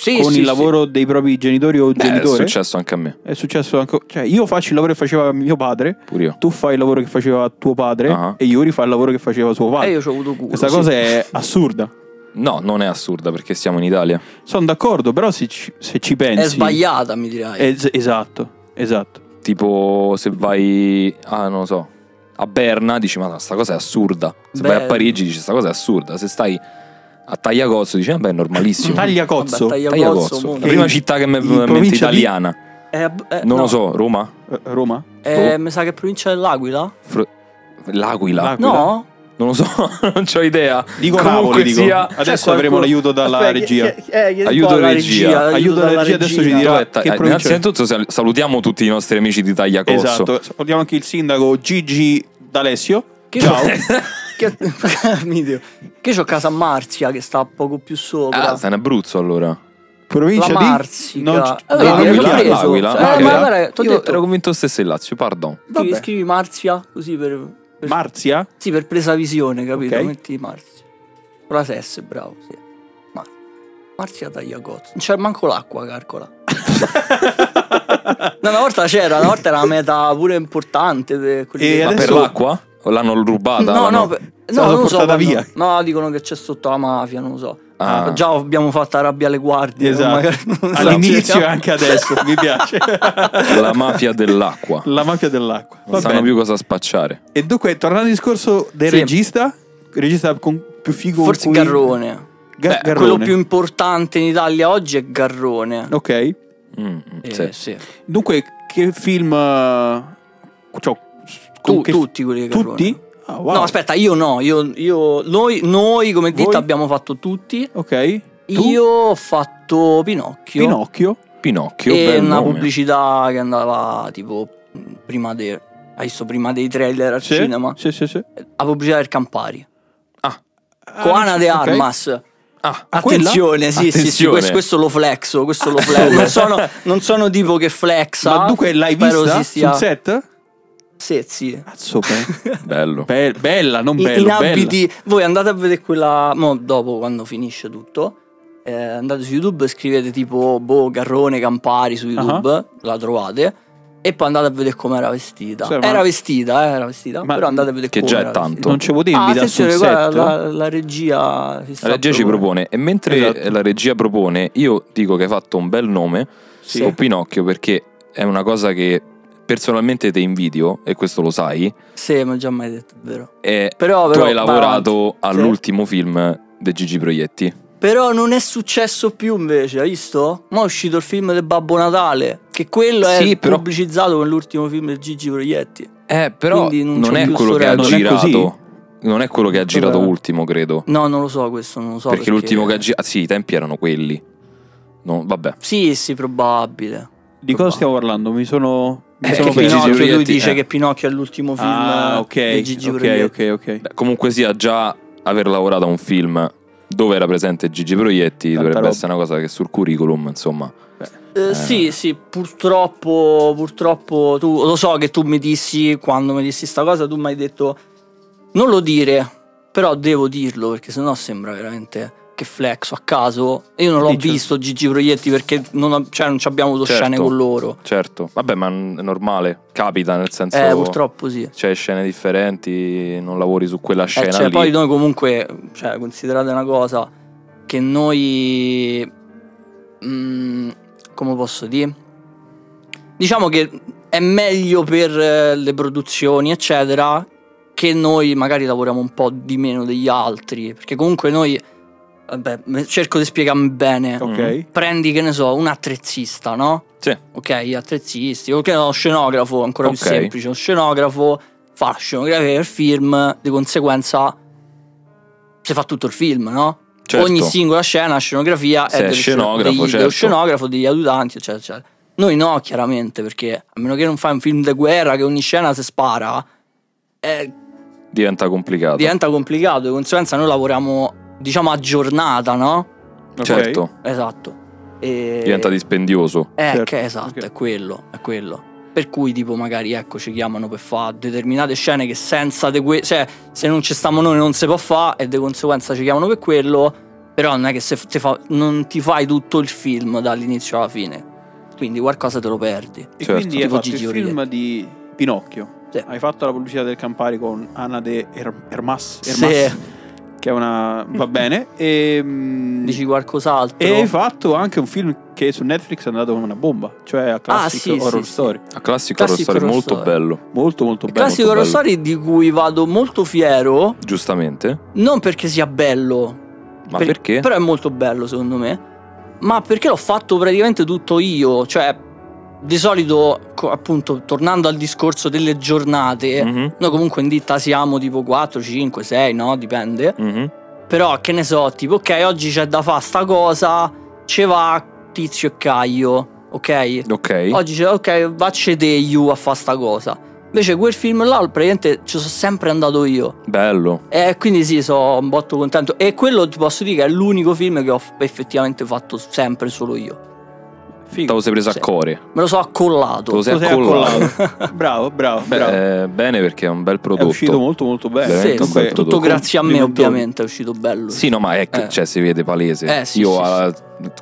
Speaker 3: Sì,
Speaker 1: con
Speaker 3: sì,
Speaker 1: il
Speaker 3: sì.
Speaker 1: lavoro dei propri genitori o
Speaker 2: Beh, è
Speaker 1: genitore.
Speaker 2: successo anche a me,
Speaker 1: È successo anche. Cioè, io faccio il lavoro che faceva mio padre,
Speaker 2: pure io.
Speaker 1: tu fai il lavoro che faceva tuo padre
Speaker 2: Ah.
Speaker 1: e Yuri fa il lavoro che faceva suo
Speaker 3: E
Speaker 1: padre.
Speaker 3: Eh, io ci ho avuto culo.
Speaker 1: Questa
Speaker 3: sì.
Speaker 1: cosa è assurda.
Speaker 2: No, non è assurda perché siamo in Italia.
Speaker 1: Sono d'accordo, però se ci, se ci pensi.
Speaker 3: è sbagliata, mi dirai.
Speaker 1: Es- esatto, esatto.
Speaker 2: Tipo, se vai, ah, non lo so, a Berna dici, ma no, sta cosa è assurda. Se vai
Speaker 3: Beh.
Speaker 2: a Parigi dici, sta cosa è assurda. Se stai a Tagliacozzo dici, vabbè, è normalissimo.
Speaker 1: Tagliacozzo.
Speaker 3: Vabbè, taglia- Tagliacozzo,
Speaker 2: Tagliacozzo,
Speaker 3: mo.
Speaker 2: la prima
Speaker 1: In-
Speaker 2: città che mi è
Speaker 1: in
Speaker 2: venuta in mente
Speaker 1: provincia di-
Speaker 2: italiana.
Speaker 3: Eh, b- eh,
Speaker 2: Non
Speaker 3: no.
Speaker 2: lo so, Roma?
Speaker 1: Eh, Roma?
Speaker 3: Eh, mi sa che è provincia dell'Aquila?
Speaker 2: Fr- L'Aquila?
Speaker 3: Ah,
Speaker 1: L'Aquila.
Speaker 3: No?
Speaker 2: Non lo so, [LAUGHS] non ho idea.
Speaker 1: Dico
Speaker 2: Comunque
Speaker 1: Napoli, dico.
Speaker 2: sia-
Speaker 1: Adesso avremo l'aiuto dalla regia.
Speaker 2: Aiuto regia.
Speaker 1: Aiuto alla regia, adesso ci dirà-
Speaker 2: Però è ta-
Speaker 1: Che provincia è?
Speaker 2: Eh, innanzitutto sal- salutiamo tutti i nostri amici di Tagliacozzo.
Speaker 1: Esatto. Salutiamo anche il sindaco Gigi D'Alessio.
Speaker 3: Che [LAUGHS]
Speaker 1: Ciao. [LAUGHS]
Speaker 3: Che, mi dio. che c'ho casa Marzia che sta poco più sopra.
Speaker 1: Esatto.
Speaker 2: Ah, stai in Abruzzo allora.
Speaker 1: Provincia
Speaker 3: la
Speaker 1: di.
Speaker 3: Marsica.
Speaker 1: Non ci-
Speaker 3: Eh,
Speaker 1: non
Speaker 3: vedi,
Speaker 1: mi
Speaker 3: l'ho
Speaker 1: chiama.
Speaker 3: preso.
Speaker 2: L'Aquila,
Speaker 3: Eh,
Speaker 2: L'Aquila.
Speaker 3: ma guarda, t'ho
Speaker 2: Io
Speaker 3: detto-
Speaker 2: ero convinto stesse in Lazio, pardon.
Speaker 3: Scrivi,
Speaker 1: Vabbè.
Speaker 3: scrivi Marzia così per, per-
Speaker 1: Marzia?
Speaker 3: sì, per presa visione, capito?
Speaker 1: Ok.
Speaker 3: Metti Marzia. Con la S, bravo. Sì. Mar- Marzia taglia cozzo. Non c'è manco
Speaker 1: [LAUGHS]
Speaker 3: l'acqua, calcola. No, una volta c'era, una volta era una meta pure importante. Per quelli
Speaker 1: E
Speaker 2: Ma
Speaker 3: che-
Speaker 2: Ah, per
Speaker 1: Adesso-
Speaker 2: l'acqua? O l'hanno rubata?
Speaker 3: No,
Speaker 2: L'hanno-
Speaker 3: no, per-
Speaker 1: Sono
Speaker 3: no, non lo so.
Speaker 1: Cioè, portata
Speaker 3: quando-
Speaker 1: via.
Speaker 3: No, dicono che c'è sotto la mafia, non lo so.
Speaker 2: Ah.
Speaker 3: Già abbiamo fatto arrabbiare le guardie.
Speaker 1: Esatto.
Speaker 3: Eh, magari non so.
Speaker 1: All'inizio e anche adesso. mi
Speaker 3: [LAUGHS]
Speaker 1: piace.
Speaker 2: La
Speaker 1: [LAUGHS]
Speaker 2: mafia dell'acqua.
Speaker 1: La mafia dell'acqua.
Speaker 2: Non
Speaker 1: Va
Speaker 2: sanno
Speaker 1: bene.
Speaker 2: più cosa spacciare.
Speaker 1: E dunque, tornando al discorso del
Speaker 3: Sì.
Speaker 1: regista, regista con più figo
Speaker 3: Forse
Speaker 1: con cui-
Speaker 3: Garrone.
Speaker 1: Ga-
Speaker 2: Beh,
Speaker 1: Garrone.
Speaker 3: Quello più importante in Italia oggi è Garrone.
Speaker 1: Ok.
Speaker 2: Mm, mm,
Speaker 3: Eh,
Speaker 2: sì.
Speaker 3: sì.
Speaker 1: Dunque, che film. eh, cioè, con
Speaker 3: Tu-
Speaker 1: che-
Speaker 3: tutti quelli di Garrone.
Speaker 1: Tutti? Ah, wow.
Speaker 3: No, aspetta, io no. Io, io- noi, noi come ditta
Speaker 1: Voi?
Speaker 3: abbiamo fatto tutti.
Speaker 1: Ok. Tu?
Speaker 3: Io ho fatto Pinocchio.
Speaker 1: Pinocchio.
Speaker 2: Pinocchio,
Speaker 3: e
Speaker 2: bel
Speaker 3: una
Speaker 2: nome.
Speaker 3: pubblicità che andava tipo prima dei hai visto prima dei trailer al
Speaker 1: Sì,
Speaker 3: cinema
Speaker 1: Sì, sì, sì.
Speaker 3: la pubblicità del Campari
Speaker 1: Ah,
Speaker 3: Coana de
Speaker 1: ok.
Speaker 3: Armas
Speaker 2: Ah,
Speaker 1: Ah, quella?
Speaker 3: attenzione sì sì sì
Speaker 2: Attenzione.
Speaker 3: questo, questo lo flexo [LAUGHS] questo lo flexo non sono, non sono tipo che flexa
Speaker 1: Ma dunque l'hai
Speaker 3: spero
Speaker 1: vista
Speaker 3: si stia-
Speaker 1: sul set?
Speaker 3: sì sì
Speaker 1: Cazzo,
Speaker 3: [LAUGHS]
Speaker 1: be-
Speaker 2: bello.
Speaker 1: be- bella, non
Speaker 3: in,
Speaker 1: bella.
Speaker 3: in
Speaker 1: bella.
Speaker 3: abiti voi andate a vedere quella mo dopo quando finisce tutto eh, andate su youtube e scrivete tipo boh Garrone Campari su youtube la trovate e poi andate a vedere com'era vestita
Speaker 1: Sì, ma-
Speaker 3: era vestita eh, era vestita
Speaker 1: Ma-
Speaker 3: però andate a vedere
Speaker 2: che
Speaker 3: come
Speaker 2: già è
Speaker 3: era
Speaker 2: tanto.
Speaker 1: Non ci potevi
Speaker 3: vestita. ah
Speaker 1: invitare sul
Speaker 3: attenzione guarda,
Speaker 1: set?
Speaker 3: la, la regia si sta
Speaker 2: La regia ci propone e mentre
Speaker 1: Esatto.
Speaker 2: la regia propone io dico che hai fatto un bel nome
Speaker 1: Sì.
Speaker 2: con Pinocchio perché è una cosa che personalmente te invidio e questo lo sai
Speaker 3: sì ma già mai detto è vero
Speaker 2: e
Speaker 3: però,
Speaker 2: tu
Speaker 3: però
Speaker 2: hai
Speaker 3: va
Speaker 2: lavorato
Speaker 3: avanti. Sì.
Speaker 2: all'ultimo film di Gigi Proietti
Speaker 3: Però non è successo più invece, hai visto? Ma è uscito il film del Babbo Natale, che quello
Speaker 2: Sì,
Speaker 3: è
Speaker 2: però-
Speaker 3: pubblicizzato con l'ultimo film del Gigi Proietti.
Speaker 2: eh però
Speaker 3: Quindi non
Speaker 2: non,
Speaker 3: c'ho
Speaker 2: è
Speaker 3: più
Speaker 2: quello che ha
Speaker 3: sorelle.
Speaker 1: Non è
Speaker 2: girato non è quello che ha girato
Speaker 1: Vabbè.
Speaker 2: ultimo credo
Speaker 3: No, non lo so questo, non lo so.
Speaker 2: perché, l'ultimo che ha girato ah, sì i tempi erano quelli No, vabbè
Speaker 3: Sì, sì, probabile.
Speaker 1: Di cosa stiamo parlando? Mi sono... Mi
Speaker 2: Eh,
Speaker 1: sono
Speaker 3: Perché
Speaker 2: che Gigi
Speaker 1: perso.
Speaker 3: Pinocchio, lui
Speaker 2: Proietti,
Speaker 3: dice
Speaker 2: eh.
Speaker 3: che Pinocchio è l'ultimo film
Speaker 1: Ah, ok,
Speaker 3: di Gigi
Speaker 1: ok,
Speaker 3: Proietti.
Speaker 1: ok, ok.
Speaker 2: Beh, comunque sia già aver lavorato a un film dove era presente Gigi Proietti
Speaker 1: Tanta
Speaker 2: dovrebbe
Speaker 1: roba.
Speaker 2: essere una cosa che sul curriculum insomma
Speaker 3: Eh, Sì, sì, purtroppo, purtroppo tu lo so che tu mi dissi quando mi dissi sta cosa, tu mi hai detto non lo dire, però devo dirlo perché sennò sembra veramente che flexo a caso. Io non l'ho
Speaker 1: Diccelo.
Speaker 3: visto Gigi Proietti perché non, ho- cioè, non ci abbiamo avuto
Speaker 2: Certo.
Speaker 3: scene con loro.
Speaker 2: Certo, vabbè, ma n- è normale, capita nel senso.
Speaker 3: Eh, purtroppo sì.
Speaker 2: C'è scene differenti, non lavori su quella scena
Speaker 3: Eh, cioè,
Speaker 2: lì.
Speaker 3: poi noi comunque, cioè, considerate una cosa, che noi, mm, come posso dire, diciamo che è meglio per eh, le produzioni, eccetera, che noi magari lavoriamo un po' di meno degli altri, perché comunque noi, vabbè, me- cerco di spiegarmi bene,
Speaker 1: Ok.
Speaker 3: prendi, che ne so, un attrezzista, no?
Speaker 2: Sì.
Speaker 3: Ok, gli attrezzisti, ok, no, scenografo, ancora
Speaker 2: Ok.
Speaker 3: più semplice, uno scenografo fa la scenografia del film, di conseguenza si fa tutto il film, no?
Speaker 2: Certo.
Speaker 3: Ogni singola scena, scenografia
Speaker 2: Se
Speaker 3: è
Speaker 2: è
Speaker 3: dello sceno-
Speaker 2: scenografo,
Speaker 3: degli- dello
Speaker 2: certo.
Speaker 3: scenografo, degli aiutanti, eccetera, eccetera. Noi no, chiaramente, perché a meno che non fai un film di guerra che ogni scena si spara, eh,
Speaker 2: Diventa complicato.
Speaker 3: diventa complicato, di conseguenza noi lavoriamo, diciamo, a giornata, no?
Speaker 1: ok.
Speaker 2: Certo,
Speaker 3: Esatto. E...
Speaker 2: diventa dispendioso.
Speaker 3: Eh,
Speaker 1: Certo,
Speaker 3: che esatto,
Speaker 1: ok.
Speaker 3: è quello, è quello. Per cui, tipo, magari ecco, ci chiamano per fare determinate scene che senza de que- cioè, se non ci stiamo noi non si può fare e di conseguenza ci chiamano per quello. Però non è che se f- ti fa- non ti fai tutto il film dall'inizio alla fine. Quindi qualcosa te lo perdi.
Speaker 1: E
Speaker 2: Certo.
Speaker 1: quindi hai
Speaker 3: Tipo
Speaker 1: fatto il
Speaker 3: Gigi
Speaker 1: film di Pinocchio.
Speaker 3: Sì.
Speaker 1: Hai fatto la pubblicità del Campari con Ana de Er- Hermas,
Speaker 3: Se
Speaker 1: Hermas che è una... va bene. E, mm,
Speaker 3: dici qualcos'altro.
Speaker 1: e hai fatto anche un film che su Netflix è andato come una bomba, cioè a Classic
Speaker 3: Ah, sì,
Speaker 1: Horror
Speaker 3: sì, sì.
Speaker 1: Story.
Speaker 2: A classico horror
Speaker 3: Classico
Speaker 2: story
Speaker 3: horror
Speaker 2: molto
Speaker 3: story.
Speaker 2: bello,
Speaker 1: Molto molto bello.
Speaker 3: Classico
Speaker 2: molto
Speaker 3: horror
Speaker 2: bello.
Speaker 3: story di cui vado molto fiero.
Speaker 2: giustamente.
Speaker 3: Non perché sia bello,
Speaker 2: Ma
Speaker 3: Per-
Speaker 2: perché?
Speaker 3: Però è molto bello secondo me. Ma perché l'ho fatto praticamente tutto io? Cioè, di solito, co- appunto, tornando al discorso delle giornate,
Speaker 2: Mhm,
Speaker 3: noi comunque in ditta siamo tipo 4, 5, 6, no? Dipende.
Speaker 2: mhm.
Speaker 3: Però che ne so, tipo, ok, oggi c'è da fare sta cosa, ce va Tizio e Caio, ok?
Speaker 2: Ok.
Speaker 3: Oggi c'è, ok, vacce te you a fare sta cosa. Invece quel film là, praticamente ci sono sempre andato io.
Speaker 2: Bello.
Speaker 3: Eh, quindi sì, sono un botto contento. E quello ti posso dire che è l'unico film che ho f- effettivamente fatto sempre solo io.
Speaker 2: Te lo sei preso
Speaker 3: Sì.
Speaker 2: a core.
Speaker 3: Me lo so
Speaker 2: Te lo
Speaker 3: accollato.
Speaker 2: sei
Speaker 1: Lo sei
Speaker 2: accollato.
Speaker 3: [LAUGHS]
Speaker 1: accollato. bravo, bravo,
Speaker 2: Beh,
Speaker 1: bravo.
Speaker 2: eh, bene perché è un bel
Speaker 1: È
Speaker 2: prodotto.
Speaker 1: uscito molto molto bene.
Speaker 3: Sì,
Speaker 2: veramente un
Speaker 3: tutto,
Speaker 2: bel prodotto.
Speaker 3: grazie a me,
Speaker 1: Complimentoni.
Speaker 3: ovviamente, è uscito bello.
Speaker 2: Sì, no, ma è che-
Speaker 3: Eh.
Speaker 2: cioè, si vede palese.
Speaker 3: Eh, sì,
Speaker 2: Io
Speaker 3: sì,
Speaker 2: alla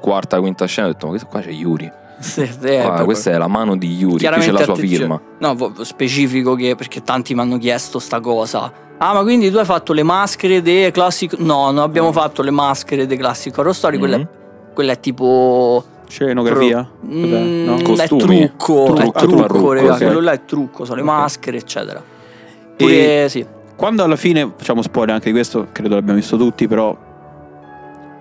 Speaker 2: quarta, quinta scena ho detto: Ma questo qua c'è Yuri.
Speaker 3: [LAUGHS] Sì, sì, eh,
Speaker 2: Qua,
Speaker 3: proprio.
Speaker 2: Ah, questa è la mano di Yuri, qui c'è
Speaker 3: Chiaramente
Speaker 2: la sua
Speaker 3: attenzione.
Speaker 2: firma.
Speaker 3: No, vo- specifico che perché tanti mi hanno chiesto sta cosa. Ah, ma quindi tu hai fatto le maschere dei classic No, non
Speaker 2: Mm.
Speaker 3: abbiamo fatto le maschere dei classic horror story, quella,
Speaker 2: Mhm.
Speaker 3: quella è tipo
Speaker 1: Scenografia. Cos'è?
Speaker 3: Mm,
Speaker 1: No?
Speaker 3: è
Speaker 2: Costumi.
Speaker 3: trucco,
Speaker 2: Trucco,
Speaker 3: è trucco,
Speaker 2: parrucco,
Speaker 3: raga,
Speaker 1: ok.
Speaker 3: quello là è trucco, sono le
Speaker 1: Ok.
Speaker 3: maschere, eccetera. Pure sì,
Speaker 1: Quando alla fine, facciamo spoiler anche di questo, credo l'abbiamo visto tutti, però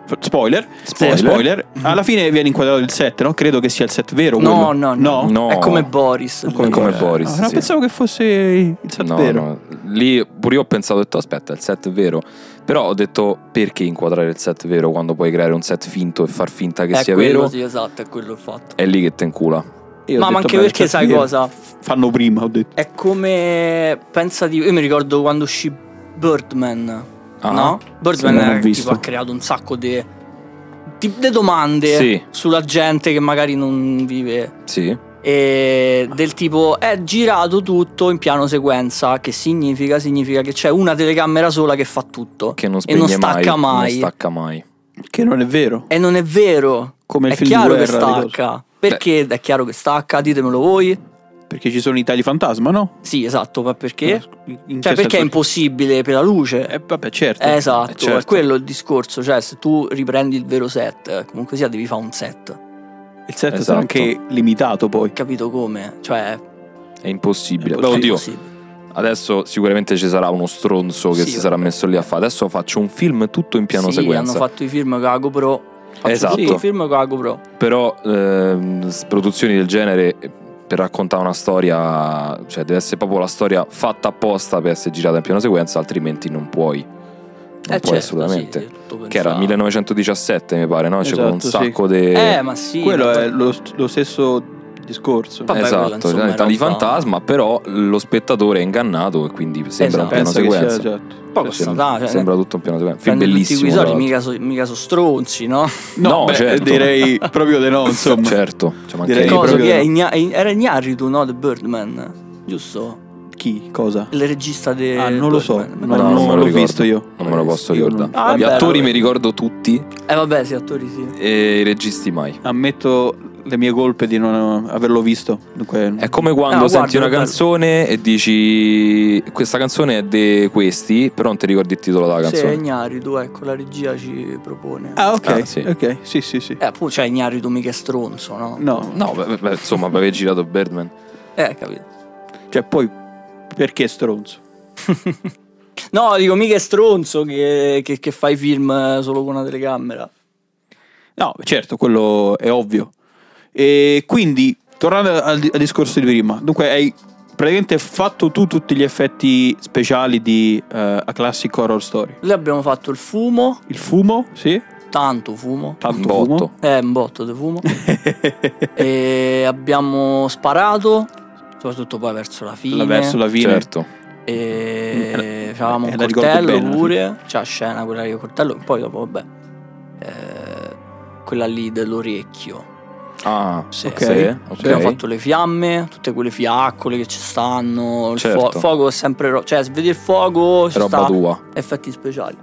Speaker 1: F- Spoiler.
Speaker 2: Spoiler.
Speaker 1: Spoiler. Alla fine viene inquadrato il set, no? Credo che sia il set vero.
Speaker 3: Mm-hmm. No,
Speaker 1: quello.
Speaker 3: no, no,
Speaker 2: No.
Speaker 3: È come Boris.
Speaker 2: Come- come Boris,
Speaker 1: Ah, no,
Speaker 2: sì.
Speaker 1: Pensavo che fosse il set
Speaker 2: No,
Speaker 1: vero.
Speaker 2: no, lì pure io ho pensato, ho detto aspetta, il set è vero, però ho detto perché inquadrare il set vero quando puoi creare un set finto e far finta che
Speaker 3: è
Speaker 2: sia
Speaker 3: quello,
Speaker 2: vero?
Speaker 3: Sì, esatto, è quello il fatto.
Speaker 2: È lì che te incula.
Speaker 1: Io ho
Speaker 3: Ma
Speaker 1: detto,
Speaker 3: ma anche
Speaker 1: beh,
Speaker 3: perché
Speaker 1: il set
Speaker 3: sai
Speaker 1: vero.
Speaker 3: cosa?
Speaker 1: Fanno prima, ho detto.
Speaker 3: È come. Pensa di. Io mi ricordo quando uscì Birdman.
Speaker 2: Ah.
Speaker 1: sì,
Speaker 3: no?
Speaker 1: non ho
Speaker 3: Birdman eh, tipo,
Speaker 1: visto.
Speaker 3: ha creato un sacco di. di- di domande
Speaker 2: Sì.
Speaker 3: sulla gente che magari non vive.
Speaker 2: Sì.
Speaker 3: E del tipo è girato tutto in piano sequenza, che significa? Significa che c'è una telecamera sola che fa tutto.
Speaker 2: Che non
Speaker 3: E non
Speaker 2: spegne mai,
Speaker 3: stacca mai.
Speaker 2: Non stacca mai.
Speaker 1: Che non è vero.
Speaker 3: E non è vero.
Speaker 1: Come il
Speaker 3: è
Speaker 1: film di
Speaker 3: chiaro che
Speaker 1: guerra, le cose.
Speaker 3: stacca. Perché è chiaro che stacca? Ditemelo voi.
Speaker 1: Perché ci sono i tagli fantasma, no?
Speaker 3: Sì, esatto, ma perché?
Speaker 1: In- in
Speaker 3: Cioè,
Speaker 1: che Eh,
Speaker 3: perché è
Speaker 1: senso?
Speaker 3: impossibile per la luce?
Speaker 1: Eh, vabbè, certo.
Speaker 3: Eh, esatto,
Speaker 2: eh, certo.
Speaker 3: è quello il discorso. Cioè, se tu riprendi il vero set, eh, comunque sia, devi fare un set.
Speaker 1: Il set
Speaker 2: Esatto.
Speaker 1: sarà anche limitato poi.
Speaker 3: Capito come? Cioè,
Speaker 2: È impossibile.
Speaker 1: È
Speaker 2: Beh,
Speaker 1: impossibile.
Speaker 2: oddio,
Speaker 3: Sì.
Speaker 2: adesso sicuramente ci sarà uno stronzo che
Speaker 3: Sì,
Speaker 2: si sarà messo lì a fare. Adesso faccio un film tutto in piano
Speaker 3: sì, hanno
Speaker 2: sequenza.
Speaker 3: fatto i film con la GoPro. Faccio
Speaker 2: Esatto.
Speaker 3: tutto il film con la GoPro.
Speaker 2: Però ehm, s- produzioni del genere eh, per raccontare una storia, cioè deve essere proprio la storia fatta apposta per essere girata in piano sequenza, altrimenti non puoi. Non
Speaker 3: Eh,
Speaker 2: puoi
Speaker 3: certo,
Speaker 2: assolutamente.
Speaker 3: sì, è tutto
Speaker 2: Che era
Speaker 3: pensato.
Speaker 2: 1917, mi pare, no? C'era un
Speaker 1: Esatto, sì.
Speaker 2: sacco di.
Speaker 3: Eh, ma sì.
Speaker 1: quello
Speaker 3: ma-
Speaker 1: è lo, lo stesso discorso. Eh,
Speaker 3: Vabbè, quello,
Speaker 2: esatto,
Speaker 3: insomma,
Speaker 2: in realtà di
Speaker 3: era un-
Speaker 2: fantasma, però lo spettatore è ingannato e quindi sembra un
Speaker 3: Esatto.
Speaker 2: piano
Speaker 1: Pensa che sia,
Speaker 2: sequenza.
Speaker 1: certo.
Speaker 3: Poi costa
Speaker 2: Sembra,
Speaker 3: tanto, cioè,
Speaker 2: sembra tutto un piano sequenza. Film
Speaker 3: prendo tutti
Speaker 2: bellissimo.
Speaker 3: quei
Speaker 2: tra
Speaker 3: soldi,
Speaker 2: l'altro.
Speaker 3: mica, so- mica so stronzi, no?
Speaker 1: No,
Speaker 2: No,
Speaker 1: beh,
Speaker 2: certo. [LAUGHS]
Speaker 1: direi proprio di no, insomma.
Speaker 2: Certo, cioè, ma anche
Speaker 1: Direi
Speaker 2: lì
Speaker 1: Sì,
Speaker 3: Cosa
Speaker 1: proprio
Speaker 3: che è
Speaker 1: no.
Speaker 3: Igna- eh, era Ignaritu, no? The Birdman, giusto?
Speaker 1: Chi? Cosa?
Speaker 3: Il regista di.
Speaker 1: Ah, non lo so,
Speaker 3: Birdman.
Speaker 1: no,
Speaker 2: No,
Speaker 1: non,
Speaker 2: non me lo
Speaker 1: l'ho
Speaker 2: ricordo.
Speaker 1: visto io.
Speaker 2: non me lo posso
Speaker 1: Io non-
Speaker 2: ricordare.
Speaker 3: Ah,
Speaker 2: Gli
Speaker 3: vabbè,
Speaker 2: attori
Speaker 3: allora.
Speaker 2: mi ricordo tutti
Speaker 3: Eh, vabbè, sì, attori sì.
Speaker 2: e i registi mai.
Speaker 1: Ammetto le mie colpe di non averlo visto. Dunque,
Speaker 2: È come quando
Speaker 3: No,
Speaker 2: senti
Speaker 3: Ah, guarda,
Speaker 2: una
Speaker 3: guarda.
Speaker 2: canzone e dici questa canzone è di questi, però non ti ricordi il titolo della
Speaker 3: Sì, è
Speaker 2: canzone.
Speaker 3: Ignaritu, ecco, la regia ci propone.
Speaker 1: Ah, ok.
Speaker 2: Ah, sì.
Speaker 1: Ok, sì, sì, sì.
Speaker 3: Eh, appunto, cioè Ignaritu mica è stronzo, no?
Speaker 1: No,
Speaker 2: No, beh, beh, beh, insomma, per aver girato Birdman.
Speaker 3: Eh, capito.
Speaker 1: cioè poi perché stronzo?
Speaker 3: No, dico, mica è stronzo che, che, che fai film eh, solo con una telecamera.
Speaker 1: No, certo, quello è ovvio. E quindi, tornando al, al discorso di prima, dunque hai praticamente fatto tu tutti gli effetti speciali di eh, A Classic Horror Story.
Speaker 3: Lì abbiamo fatto il fumo,
Speaker 1: Il fumo, sì,
Speaker 3: tanto fumo.
Speaker 2: Un
Speaker 1: tanto
Speaker 2: botto. [LAUGHS]
Speaker 1: fumo.
Speaker 3: Eh, un botto di fumo.
Speaker 1: [LAUGHS]
Speaker 3: e abbiamo sparato, soprattutto poi verso la fine.
Speaker 1: La verso la fine.
Speaker 2: Certo.
Speaker 3: E
Speaker 1: Eh,
Speaker 3: avevamo
Speaker 1: eh,
Speaker 3: un
Speaker 1: la ricordo
Speaker 3: coltello
Speaker 1: bene, la
Speaker 3: pure, c'è la scena quella lì del coltello, poi dopo vabbè, eh, quella lì dell'orecchio.
Speaker 2: Ah,
Speaker 3: Sì,
Speaker 1: Ok.
Speaker 3: sì.
Speaker 2: sì, ok.
Speaker 3: Abbiamo fatto le fiamme, tutte quelle fiaccole che ci stanno, il
Speaker 2: Certo.
Speaker 3: fuo- fuoco è sempre... ro- cioè, se vedi il fuoco ci
Speaker 2: roba
Speaker 3: sta
Speaker 2: tua.
Speaker 3: effetti speciali.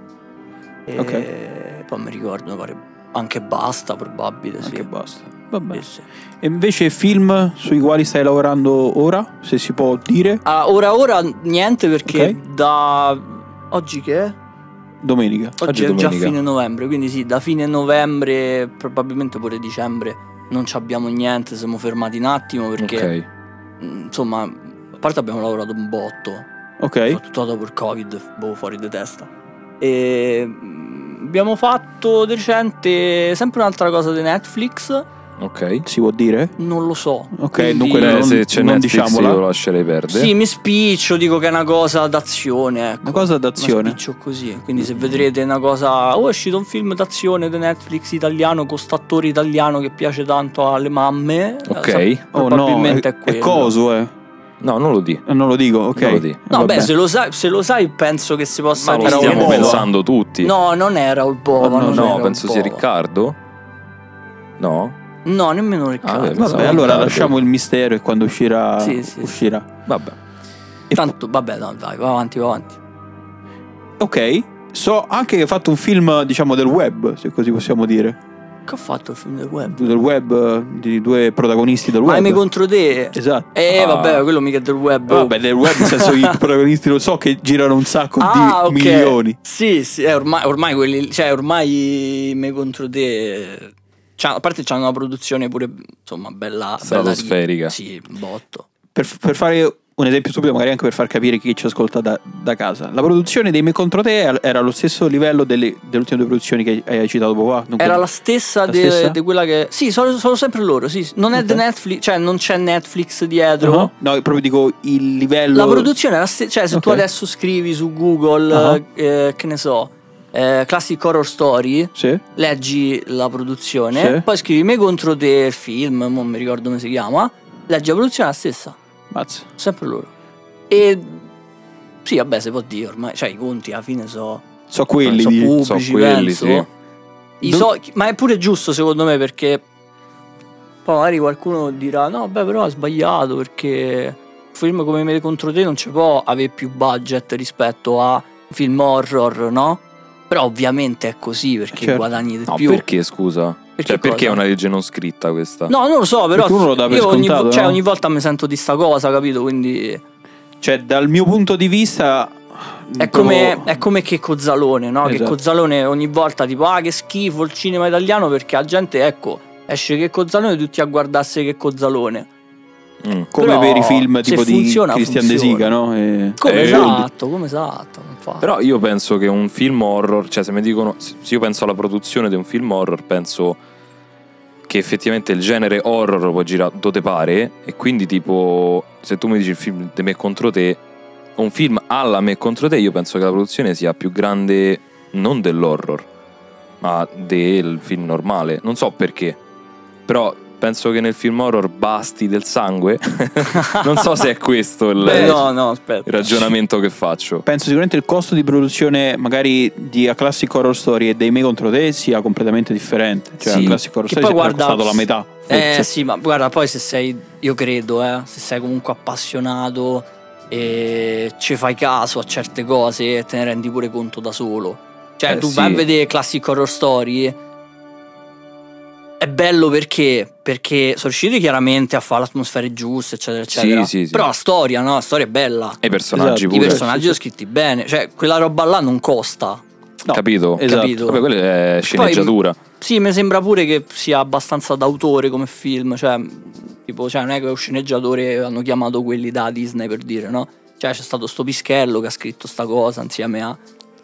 Speaker 3: E poi mi ricordo, mi pare anche basta probabile, sì.
Speaker 1: Anche basta. Vabbè.
Speaker 3: Sì, sì.
Speaker 1: E invece film sui quali stai lavorando ora, se si può dire,
Speaker 3: Ah, ora ora niente perché
Speaker 1: Ok.
Speaker 3: da oggi che è?
Speaker 1: domenica.
Speaker 2: Oggi
Speaker 3: Oggi,
Speaker 2: è
Speaker 3: è già
Speaker 2: domenica.
Speaker 3: fine novembre, quindi sì, da fine novembre, probabilmente pure dicembre, non ci abbiamo niente, siamo fermati un attimo perché
Speaker 2: Ok.
Speaker 3: mh, insomma, a parte abbiamo lavorato un botto,
Speaker 1: Ok.
Speaker 3: soprattutto dopo il Covid, boh, fuori di testa. E mh, abbiamo fatto di recente sempre un'altra cosa di Netflix,
Speaker 2: Ok.
Speaker 1: Si può dire?
Speaker 3: non lo so.
Speaker 1: Ok,
Speaker 3: quindi-
Speaker 1: dunque
Speaker 2: Beh,
Speaker 1: non-
Speaker 2: se c'è
Speaker 1: non
Speaker 2: Netflix
Speaker 1: diciamola.
Speaker 2: io lo lascerei perdere.
Speaker 3: Sì, mi spiccio, dico che è una cosa d'azione. Ecco.
Speaker 1: Una cosa
Speaker 3: Mi
Speaker 1: d'azione.
Speaker 3: spiccio così. eh. Quindi, se vedrete una cosa. Oh, è uscito un film d'azione di Netflix italiano con st'attore italiano che piace tanto alle mamme.
Speaker 2: Ok.
Speaker 3: Eh, sa-
Speaker 1: Oh no, è,
Speaker 3: probabilmente è,
Speaker 1: è
Speaker 3: quello.
Speaker 1: coso, eh.
Speaker 2: No, non lo di.
Speaker 1: Eh, Non lo dico, ok.
Speaker 2: Non lo dico.
Speaker 3: No,
Speaker 1: Vabbè.
Speaker 3: beh, se lo, sai, se lo sai, penso che si possa
Speaker 2: Ma lo
Speaker 1: era
Speaker 3: dire.
Speaker 1: un
Speaker 2: stiamo
Speaker 1: uovo.
Speaker 2: pensando tutti.
Speaker 3: No, non era il Bova.
Speaker 1: No,
Speaker 2: no,
Speaker 3: non
Speaker 2: no,
Speaker 3: era
Speaker 2: penso
Speaker 3: il
Speaker 2: sia
Speaker 3: Bova.
Speaker 2: Riccardo. No?
Speaker 3: No, nemmeno Riccardo.
Speaker 2: Ah, beh,
Speaker 1: Vabbè,
Speaker 2: Pensavo
Speaker 1: Eh, allora
Speaker 2: tardi.
Speaker 1: lasciamo il mistero e quando uscirà
Speaker 3: Sì, sì, sì.
Speaker 1: uscirà.
Speaker 2: Vabbè.
Speaker 3: Tanto, vabbè, no, dai, va avanti, va avanti.
Speaker 1: Ok. So anche che hai fatto un film, diciamo, del web, se così possiamo dire.
Speaker 3: Che ho fatto il film del web?
Speaker 1: Del web eh, di due protagonisti del
Speaker 3: Ma
Speaker 1: web.
Speaker 3: me contro te.
Speaker 1: Esatto.
Speaker 3: Eh,
Speaker 2: Ah.
Speaker 3: vabbè, quello mica è del web. oh.
Speaker 1: Vabbè, del web nel
Speaker 3: [LAUGHS]
Speaker 1: senso i protagonisti lo so che girano un sacco di
Speaker 3: Ah, ok.
Speaker 1: milioni.
Speaker 3: Sì, sì, eh, ormai, ormai quelli, cioè ormai me contro te. c'ha- a parte c'hanno una produzione pure, insomma, bella. bella
Speaker 2: Stratosferica.
Speaker 3: ri- sì, botto.
Speaker 1: Per, per fare un esempio stupido, magari anche per far capire chi ci ascolta da, da casa. La produzione dei Me contro te era allo stesso livello delle, delle ultime due produzioni che hai hai citato poco fa. Dunque,
Speaker 3: Era la stessa
Speaker 1: La
Speaker 3: di
Speaker 1: stessa?
Speaker 3: di quella che. Sì, sono, sono sempre loro. Sì. Non è
Speaker 1: Ok.
Speaker 3: The Netflix, cioè non c'è Netflix dietro.
Speaker 1: no? Uh-huh. No, proprio dico il livello.
Speaker 3: La produzione è la stessa. Cioè, se tu
Speaker 1: Ok.
Speaker 3: adesso scrivi su Google,
Speaker 1: Ah.
Speaker 3: eh, che ne so, eh, Classic Horror Story,
Speaker 1: Sì.
Speaker 3: leggi la produzione,
Speaker 1: Sì.
Speaker 3: poi scrivi me contro te film, non mi ricordo come si chiama. Leggi la produzione è la stessa,
Speaker 1: Mazza.
Speaker 3: sempre loro. E. Sì, vabbè, si può dire ormai. Cioè, i conti alla fine so.
Speaker 1: So quelli
Speaker 3: sono
Speaker 1: di-
Speaker 3: pubblici,
Speaker 2: so quelli,
Speaker 3: penso.
Speaker 2: sì.
Speaker 3: I
Speaker 1: Do-
Speaker 3: so- ma è pure giusto secondo me perché poi magari qualcuno dirà no beh però ha sbagliato perché un film come Me contro te non ci può avere più budget rispetto a un film horror no? Però ovviamente è così perché
Speaker 1: Certo.
Speaker 3: guadagni di
Speaker 2: No,
Speaker 3: più.
Speaker 2: perché scusa?
Speaker 3: Perché
Speaker 2: cioè, perché
Speaker 3: cosa?
Speaker 2: è una legge non scritta questa?
Speaker 3: No, non lo so, però
Speaker 1: Perché uno lo dà per
Speaker 3: io ogni,
Speaker 1: scontato,
Speaker 3: vo- cioè,
Speaker 1: no?
Speaker 3: ogni volta mi sento di sta cosa, capito? Quindi
Speaker 1: Cioè, dal mio punto di vista.
Speaker 3: È
Speaker 1: proprio-
Speaker 3: come, è come che Cozzalone, no? Che
Speaker 1: Mm, Esatto.
Speaker 3: Cozzalone ogni volta tipo, ah che schifo il cinema italiano perché la gente, ecco, esce che Cozzalone e tutti a guardarsi che Cozzalone.
Speaker 2: Mm.
Speaker 1: come
Speaker 3: però
Speaker 1: per i film
Speaker 3: se
Speaker 1: tipo di
Speaker 3: funziona,
Speaker 1: Christian De
Speaker 3: funziona.
Speaker 1: Sica, no? E-
Speaker 3: Come
Speaker 2: Eh,
Speaker 3: esatto, come esatto. infatti.
Speaker 2: Però io penso che un film horror, cioè se mi dicono, se io penso alla produzione di un film horror, penso che effettivamente il genere horror lo può girare dove te pare e quindi tipo se tu mi dici il film di me contro te, un film alla me contro te, io penso che la produzione sia più grande non dell'horror, ma del film normale, non so perché, però penso che nel film horror basti del sangue, [LAUGHS] non so se è questo il,
Speaker 3: Beh, no, no, aspetta.
Speaker 2: il ragionamento che faccio.
Speaker 1: Penso sicuramente il costo di produzione, magari di A Classic Horror Story e dei Me contro te, sia completamente differente. Cioè,
Speaker 2: Sì.
Speaker 1: A Classic Horror
Speaker 3: Che
Speaker 1: Story
Speaker 3: poi
Speaker 1: è
Speaker 3: guarda-
Speaker 1: costato la metà. forse.
Speaker 3: Eh sì, ma guarda, poi se sei, io credo, eh, se sei comunque appassionato e ci fai caso a certe cose te ne rendi pure conto da solo. Cioè,
Speaker 2: Eh,
Speaker 3: tu
Speaker 2: sì.
Speaker 3: vai a vedere Classic Horror Story. È bello perché? Perché sono riusciti chiaramente a fare l'atmosfera giusta, eccetera, eccetera.
Speaker 2: sì, sì.
Speaker 3: Però la storia, no? La storia è bella.
Speaker 2: E i personaggi
Speaker 1: Esatto.
Speaker 3: I
Speaker 2: pure.
Speaker 3: personaggi
Speaker 1: sì,
Speaker 3: sono scritti bene. Cioè, quella roba là non costa.
Speaker 1: No,
Speaker 2: Capito?
Speaker 1: esatto.
Speaker 3: Capito?
Speaker 2: Vabbè, quella è sceneggiatura.
Speaker 3: Sì, mi sembra pure che sia abbastanza d'autore come film, cioè, tipo, cioè non è che lo sceneggiatore hanno chiamato quelli da Disney per dire, no? Cioè c'è stato sto pischello che ha scritto sta cosa insieme a,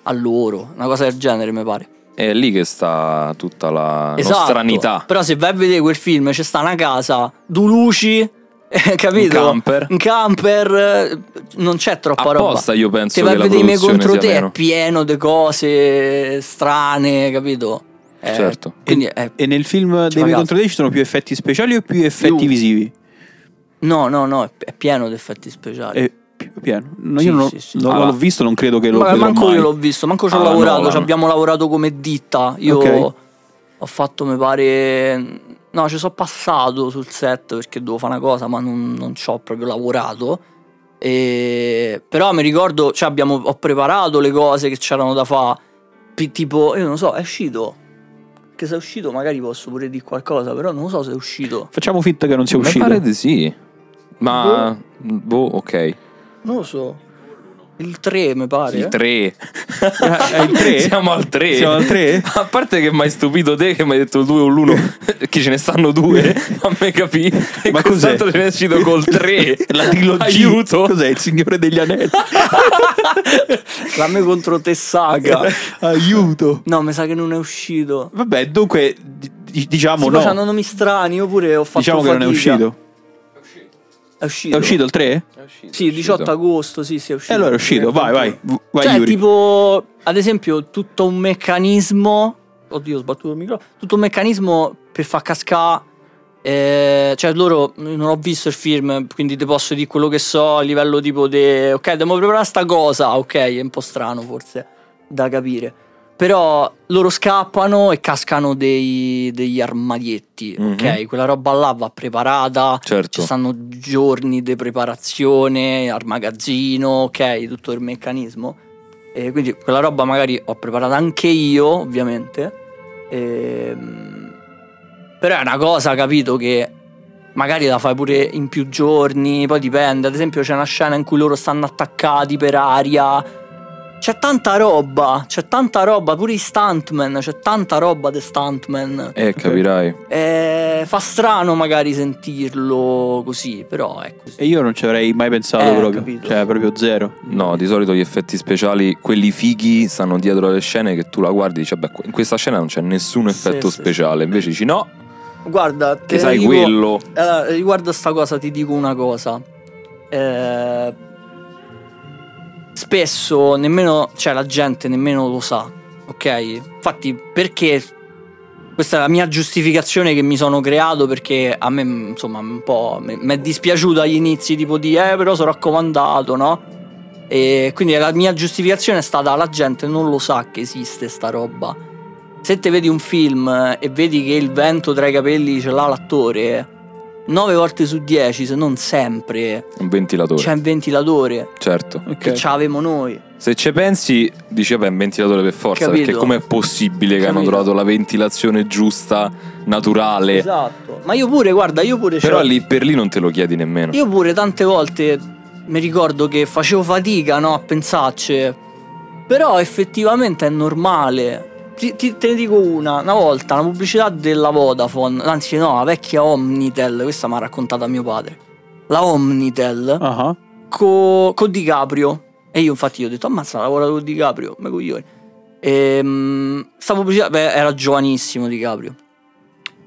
Speaker 3: a loro, una cosa del genere mi pare. Esatto.
Speaker 2: È lì che sta tutta la
Speaker 1: Esatto.
Speaker 2: stranità.
Speaker 3: Però se vai a vedere quel film c'è sta una casa, due luci, [LAUGHS] eh, capito?
Speaker 2: Un camper.
Speaker 3: Un camper, eh, non c'è troppa roba.
Speaker 2: Apposta io penso
Speaker 3: Se
Speaker 2: che
Speaker 3: vai a
Speaker 2: la
Speaker 3: vedere i miei
Speaker 2: produzione
Speaker 3: contro
Speaker 2: sia
Speaker 3: te è
Speaker 2: meno.
Speaker 3: pieno di cose strane, capito? Eh,
Speaker 2: Certo.
Speaker 3: Quindi
Speaker 1: e,
Speaker 3: è
Speaker 1: e nel film
Speaker 3: ci
Speaker 1: dei Me
Speaker 3: fa caso.
Speaker 1: contro te ci sono più effetti speciali o più effetti
Speaker 3: Più.
Speaker 1: visivi?
Speaker 3: No, no, no, è- è pieno di effetti speciali.
Speaker 1: È più piano. No,
Speaker 3: Sì,
Speaker 1: io non,
Speaker 3: sì, sì.
Speaker 1: non
Speaker 2: Ah,
Speaker 1: l'ho visto, non credo che lo
Speaker 3: Ma
Speaker 1: vedrò
Speaker 3: manco
Speaker 1: mai. Ah,
Speaker 3: io l'ho visto, manco ci ho
Speaker 2: Alla
Speaker 3: lavorato,
Speaker 2: Nolan.
Speaker 3: ci abbiamo lavorato come ditta. Io
Speaker 1: Ok.
Speaker 3: ho fatto, mi pare... No, ci sono passato sul set perché dovevo fare una cosa, ma non, non ci ho proprio lavorato. E- Però mi ricordo, cioè abbiamo, ho preparato le cose che c'erano da fare. Pi- tipo, io non so, è uscito. Che se è uscito magari posso pure dire qualcosa, però non so se è uscito.
Speaker 1: Facciamo finta che non sia
Speaker 2: Mi
Speaker 1: uscito.
Speaker 2: pare di sì. Ma boh, ok.
Speaker 3: Non lo so. Il 3 mi pare.
Speaker 2: Il
Speaker 3: eh.
Speaker 2: 3.
Speaker 1: Eh, è il
Speaker 3: [LAUGHS]
Speaker 1: tre?
Speaker 2: [LAUGHS] Siamo al 3.
Speaker 1: Siamo al tre?
Speaker 2: A parte che mi hai stupito te che mi hai detto il 2
Speaker 1: [LAUGHS]
Speaker 2: o l'1, che ce ne stanno due, non me capì. E
Speaker 1: Ma cos'è?
Speaker 2: quest'altro ce ne è uscito col 3.
Speaker 1: [LAUGHS] La trilogia.
Speaker 2: Aiuto.
Speaker 1: Cos'è? Il Signore degli Anelli.
Speaker 3: La me contro te
Speaker 1: [LAUGHS]
Speaker 3: saga.
Speaker 1: Aiuto.
Speaker 3: No, mi sa che non è uscito.
Speaker 1: Vabbè, dunque, di- di-
Speaker 3: Si
Speaker 1: diciamo
Speaker 3: no. facciano
Speaker 1: no.
Speaker 3: nomi strani, io pure ho fatto
Speaker 1: Diciamo che non è
Speaker 3: fatica.
Speaker 1: uscito.
Speaker 3: È uscito.
Speaker 1: È uscito il 3?
Speaker 3: Sì, 18 agosto, sì, sì, è uscito. Eh,
Speaker 1: E allora è uscito. Vai, vai. v- Vai,
Speaker 3: cioè,
Speaker 1: Yuri.
Speaker 3: tipo, ad esempio, tutto un meccanismo. Oddio, ho sbattuto il microfono. Tutto un meccanismo per far cascare. eh, cioè, loro non ho visto il film, quindi ti posso dire quello che so a livello tipo de, Ok, dobbiamo preparare sta cosa. Ok, è un po' strano forse da capire. Però loro scappano e cascano dei- degli armadietti.
Speaker 2: Mhm.
Speaker 3: Ok, quella roba là va preparata. Ci
Speaker 2: Certo.
Speaker 3: stanno giorni di preparazione al magazzino, ok, tutto il meccanismo. E quindi quella roba magari ho preparata anche io, ovviamente. Ehm, però è una cosa, capito, che magari la fai pure in più giorni, poi dipende. Ad esempio c'è una scena in cui loro stanno attaccati per aria C'è tanta roba, c'è tanta roba, pure i stuntman, c'è tanta roba di stuntman.
Speaker 2: Eh, capirai.
Speaker 3: Eh, fa strano magari sentirlo così, però ecco. è così.
Speaker 1: E io non ci avrei mai pensato
Speaker 3: Eh,
Speaker 1: proprio.
Speaker 3: capito.
Speaker 1: Cioè, proprio zero.
Speaker 2: No, di solito gli effetti speciali, quelli fighi, stanno dietro alle scene che tu la guardi e dici, beh, in questa scena non c'è nessun
Speaker 3: Sì,
Speaker 2: effetto
Speaker 3: sì,
Speaker 2: speciale. Invece dici, no,
Speaker 3: Guarda,
Speaker 2: che
Speaker 3: te
Speaker 2: sai
Speaker 3: dico-
Speaker 2: quello.
Speaker 3: Allora, riguardo a sta cosa ti dico una cosa. Eh, spesso nemmeno, cioè la gente nemmeno lo sa, ok? Infatti perché questa è la mia giustificazione che mi sono creato perché a me, insomma, un po' mi mi è dispiaciuto agli inizi tipo di eh però sono raccomandato, no? E quindi la mia giustificazione è stata la gente non lo sa che esiste sta roba. Se te vedi un film eh, e vedi che il vento tra i capelli ce l'ha l'attore, 9 volte su 10, se non sempre,
Speaker 2: Un ventilatore,
Speaker 3: c'è un ventilatore
Speaker 2: certo.
Speaker 3: che ce l'avemo noi.
Speaker 2: Se ci pensi, dici, vabbè, un ventilatore per forza,
Speaker 3: Capito.
Speaker 2: perché com'è possibile che hanno
Speaker 3: Capito.
Speaker 2: trovato la ventilazione giusta, naturale?
Speaker 3: Esatto. Ma io pure, guarda, io pure ce
Speaker 2: Però
Speaker 3: l'ho-
Speaker 2: lì per lì non te lo chiedi nemmeno.
Speaker 3: Io pure tante volte mi ricordo che facevo fatica no, a pensarci, però effettivamente è normale. Ti, ti- te ne dico una, una volta una pubblicità della Vodafone, anzi no, la vecchia Omnitel, questa mi ha raccontata mio padre, la Omnitel
Speaker 1: Ah, ah.
Speaker 3: co- con DiCaprio. E io infatti io ho detto, ammazza, lavora con DiCaprio, ma coglioni. Ehm, sta pubblicità, beh, era giovanissimo DiCaprio.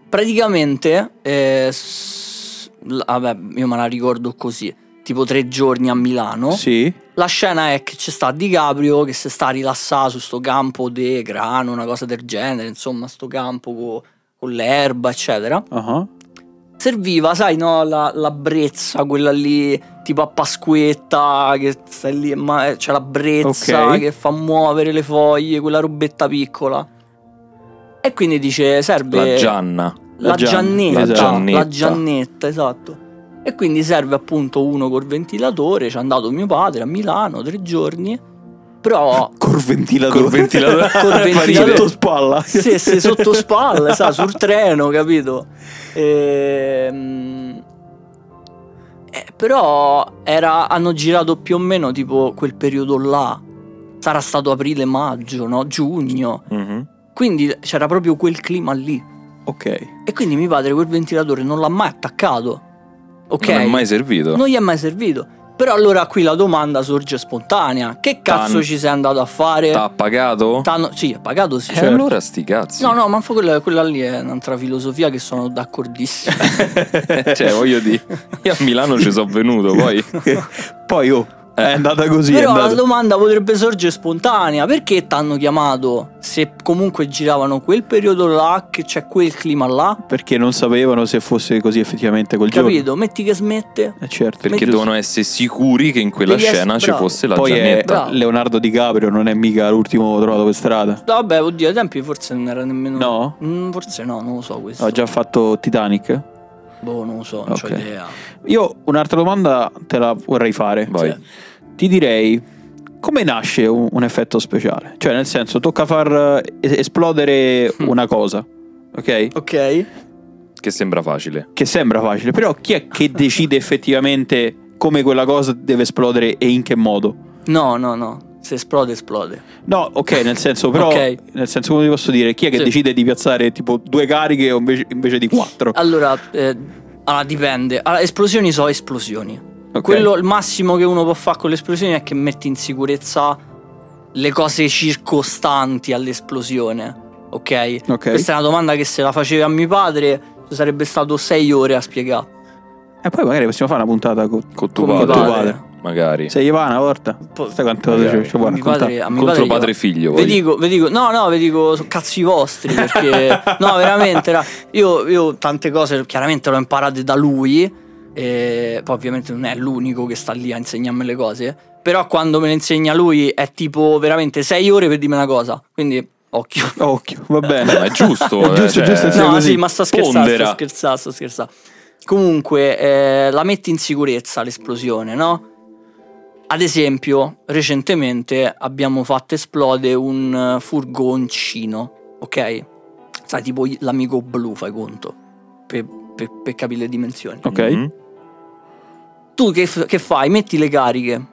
Speaker 3: Praticamente, eh, s- la- vabbè, io me la ricordo così, tipo tre giorni a Milano.
Speaker 1: Sì.
Speaker 3: La scena è che c'è sta DiCaprio che si sta rilassando su sto campo de grano, una cosa del genere, insomma, sto campo co- con l'erba, eccetera
Speaker 1: Ah, ah.
Speaker 3: serviva, sai, no, la, la brezza, quella lì tipo a Pasquetta, che stai lì, e ma eh, c'è la brezza
Speaker 1: Ok.
Speaker 3: che fa muovere le foglie, quella robetta piccola. E quindi dice, serve
Speaker 2: La Gianna.
Speaker 3: la
Speaker 1: la Gian-
Speaker 3: giannetta,
Speaker 1: la
Speaker 2: Giannetta.
Speaker 3: la giannetta, esatto. E quindi serve appunto uno col ventilatore, ci è andato mio padre a Milano tre giorni,
Speaker 1: [LAUGHS]
Speaker 3: però
Speaker 1: Col ventilatore.
Speaker 2: Col ventilatore.
Speaker 3: Col
Speaker 1: [LAUGHS] Fa ridere.
Speaker 3: ventilatore.
Speaker 1: Sotto spalla.
Speaker 3: Sì,
Speaker 2: [LAUGHS]
Speaker 3: sì, sotto spalla, sa, sul treno, capito? Ehm, eh, però era- hanno girato più o meno tipo quel periodo là. Sarà stato aprile-maggio, no? Giugno.
Speaker 2: Mhm.
Speaker 3: Quindi c'era proprio quel clima lì.
Speaker 1: Ok. [LAUGHS]
Speaker 3: E quindi mio padre quel ventilatore non l'ha mai attaccato. Ok?
Speaker 2: Non è mai servito.
Speaker 3: Non gli è mai servito. Però allora qui la domanda sorge spontanea. Che cazzo
Speaker 2: Tan-
Speaker 3: ci sei andato a fare?
Speaker 2: T'ha pagato?
Speaker 3: T'hanno- sì, ha pagato sì.
Speaker 2: E Eh, allora sti cazzi.
Speaker 3: Eh, No, no, ma fa quella, quella lì è un'altra filosofia che
Speaker 1: [LAUGHS]
Speaker 3: sono d'accordissimo.
Speaker 2: cioè, voglio dire, io a Milano ci sono venuto poi.
Speaker 1: [LAUGHS] poi oh, è andata così. è
Speaker 3: Però la
Speaker 1: andata.
Speaker 3: domanda potrebbe sorgere spontanea: perché ti hanno chiamato se comunque giravano quel periodo là, che c'è quel clima là?
Speaker 1: Perché non sapevano se fosse così effettivamente quel giorno.
Speaker 3: Capito? Metti che smette.
Speaker 1: Eh, certo.
Speaker 2: Perché
Speaker 3: Giusto.
Speaker 2: devono essere sicuri che in quella
Speaker 3: Devi essere
Speaker 2: scena ci
Speaker 3: bravo.
Speaker 2: fosse la
Speaker 1: Poi è
Speaker 2: Giannetta.
Speaker 3: Bravo.
Speaker 1: Leonardo DiCaprio, non è mica l'ultimo trovato per strada.
Speaker 3: Vabbè, oddio, ai tempi forse non era nemmeno.
Speaker 1: No?
Speaker 3: Mm, forse no, non lo so questo.
Speaker 1: Ha già fatto Titanic.
Speaker 3: Boh, non lo so, non
Speaker 1: Ok.
Speaker 3: ho idea.
Speaker 1: Io un'altra domanda te la vorrei fare.
Speaker 2: Vai.
Speaker 3: Sì.
Speaker 1: Ti direi come nasce un, un effetto speciale? Cioè, nel senso, tocca far eh, esplodere
Speaker 3: [LAUGHS] Mm.
Speaker 1: una cosa, ok?
Speaker 3: Ok.
Speaker 2: Che sembra facile.
Speaker 1: Che sembra facile, però chi è che decide effettivamente come quella cosa deve esplodere e in che modo?
Speaker 3: No, no, no. Se esplode, esplode.
Speaker 1: No, ok, nel senso, però,
Speaker 3: Ok.
Speaker 1: nel senso, come ti posso dire, chi è che
Speaker 3: Sì.
Speaker 1: decide di piazzare tipo due cariche o invece, invece di quattro?
Speaker 3: Allora, eh, allora, dipende. Allora, esplosioni so esplosioni.
Speaker 1: Ok.
Speaker 3: Quello il massimo che uno può fare con le esplosioni è che metti in sicurezza le cose circostanti all'esplosione. Ok?
Speaker 1: Ok.
Speaker 3: Questa è una domanda che se la facevi a mio padre ci sarebbe stato sei ore a spiegare.
Speaker 1: E poi magari possiamo fare una puntata con,
Speaker 2: Con tuo
Speaker 3: Con
Speaker 2: padre,
Speaker 3: mio
Speaker 2: magari.
Speaker 1: Se gli va una volta, sai quanto
Speaker 2: Magari.
Speaker 1: ci, ci può
Speaker 3: A mio padre,
Speaker 1: raccontare.
Speaker 3: a mio
Speaker 2: Contro
Speaker 3: padre, gli-
Speaker 2: padre e figlio.
Speaker 3: Vi
Speaker 2: voglio.
Speaker 3: dico, vi dico, no, no, vi dico, sono cazzi
Speaker 1: [LAUGHS]
Speaker 3: vostri perché, no, veramente, era- io, io tante cose chiaramente le ho imparate da lui, e poi ovviamente non è l'unico che sta lì a insegnarmi le cose, però quando me le insegna lui è tipo veramente sei ore per dirmi una cosa, quindi occhio.
Speaker 1: Ah, Occhio,
Speaker 3: Eh,
Speaker 1: va bene.
Speaker 2: Ma è giusto,
Speaker 1: [LAUGHS] È giusto, giusto
Speaker 2: eh, cioè-
Speaker 1: che sia
Speaker 3: No,
Speaker 1: così.
Speaker 3: sì, ma sto scherzando,
Speaker 2: Pondera.
Speaker 3: sto scherzando, sto scherzando. Comunque, eh, la metti in sicurezza l'esplosione, no? Ad esempio, recentemente abbiamo fatto esplodere un eh, furgoncino, ok? Sai, tipo gli- l'amico blu, fai conto, per, per- per capire le dimensioni.
Speaker 1: Ok.
Speaker 2: Mhm.
Speaker 3: Tu che, f- che fai? Metti le cariche.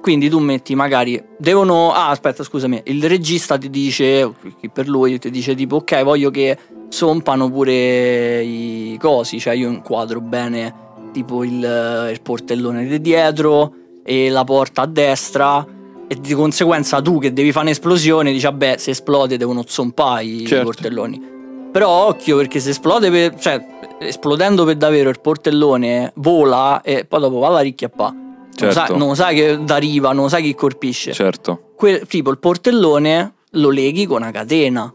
Speaker 3: Quindi tu metti magari, devono, ah aspetta scusami, il regista ti dice, chi per lui ti dice tipo ok voglio che sompano pure i cosi, cioè io inquadro bene tipo il, eh, il portellone di dietro e la porta a destra e di conseguenza tu che devi fare un'esplosione dici vabbè se esplode devono zompare i
Speaker 1: Certo.
Speaker 3: portelloni. Però occhio perché se esplode, per- cioè esplodendo per davvero il portellone vola e poi dopo va la ricchiappa.
Speaker 2: Certo.
Speaker 3: Non, sai, non sai che d'arriva, non sai chi colpisce.
Speaker 2: Certo.
Speaker 3: Que- tipo il portellone lo leghi con una catena.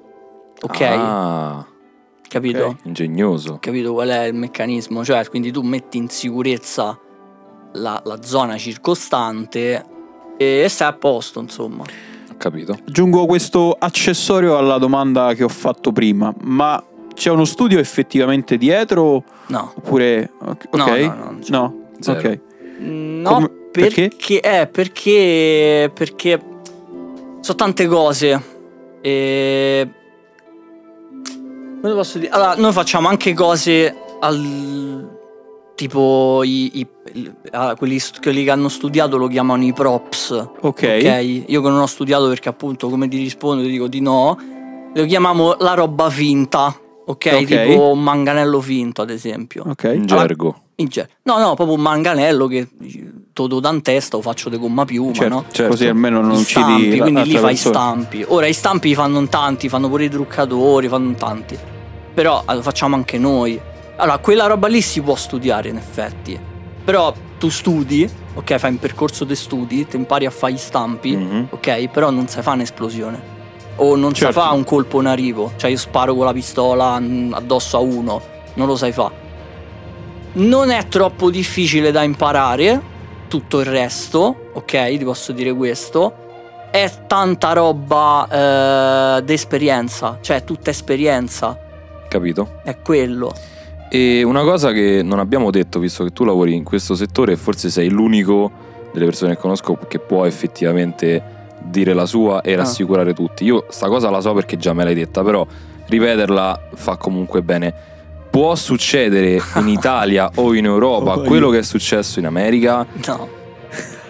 Speaker 3: Ok?
Speaker 2: Ah,
Speaker 3: Capito?
Speaker 1: ok.
Speaker 2: ingegnoso.
Speaker 3: Capito qual è il meccanismo? Cioè, quindi tu metti in sicurezza la, la zona circostante e stai a posto, insomma.
Speaker 2: Ho capito.
Speaker 1: Aggiungo questo accessorio alla domanda che ho fatto prima, ma c'è uno studio effettivamente dietro
Speaker 3: No.
Speaker 1: oppure... Ok.
Speaker 3: No,
Speaker 1: ok.
Speaker 3: no, no, non c'è.
Speaker 1: No?
Speaker 2: Zero.
Speaker 1: Ok.
Speaker 3: No,
Speaker 1: Come-
Speaker 3: perché? Eh, perché? Perché sono tante cose. E... Come posso dire? Allora, noi facciamo anche cose al... tipo i, i- il- ah, quelli, st- quelli che hanno studiato lo chiamano i props.
Speaker 1: Ok.
Speaker 3: Ok, io che non ho studiato perché appunto come ti rispondo ti dico di no, lo chiamiamo la roba finta,
Speaker 1: Ok. Ah.
Speaker 3: ok? Tipo un manganello finto ad esempio.
Speaker 1: Ok.
Speaker 2: In gergo.
Speaker 3: In genere. No, no, proprio un manganello che te lo do in testa o faccio di gomma piuma,
Speaker 1: Certo,
Speaker 3: no?
Speaker 2: Certo.
Speaker 1: Così almeno non
Speaker 3: Gli
Speaker 1: uccidi
Speaker 3: stampi,
Speaker 1: la-
Speaker 3: quindi lì
Speaker 1: l'altra
Speaker 3: fai i
Speaker 1: persona.
Speaker 3: stampi. Ora i stampi li fanno in tanti, fanno pure i truccatori, fanno in tanti. Però ah, lo facciamo anche noi. Allora, quella roba lì si può studiare in effetti. Però tu studi, ok, fai un percorso di studi, ti impari a fare gli stampi,
Speaker 2: Mhm.
Speaker 3: ok, però non sai fare un'esplosione. O non
Speaker 1: Certo.
Speaker 3: sai fare un colpo in arrivo. Cioè io sparo con la pistola mm, addosso a uno, non lo sai fare. Non è troppo difficile da imparare, tutto il resto, ok, ti posso dire questo. È tanta roba eh, d'esperienza, cioè tutta esperienza,
Speaker 2: Capito.
Speaker 3: è quello.
Speaker 2: E una cosa che non abbiamo detto, visto che tu lavori in questo settore, e forse sei l'unico delle persone che conosco che può effettivamente dire la sua
Speaker 3: Ah.
Speaker 2: e rassicurare tutti. Io sta cosa la so perché già me l'hai detta, però ripeterla fa comunque bene. Può succedere
Speaker 3: [LAUGHS]
Speaker 2: in Italia o in Europa
Speaker 1: Oh,
Speaker 2: quello
Speaker 1: io-
Speaker 2: che è successo in America?
Speaker 3: No.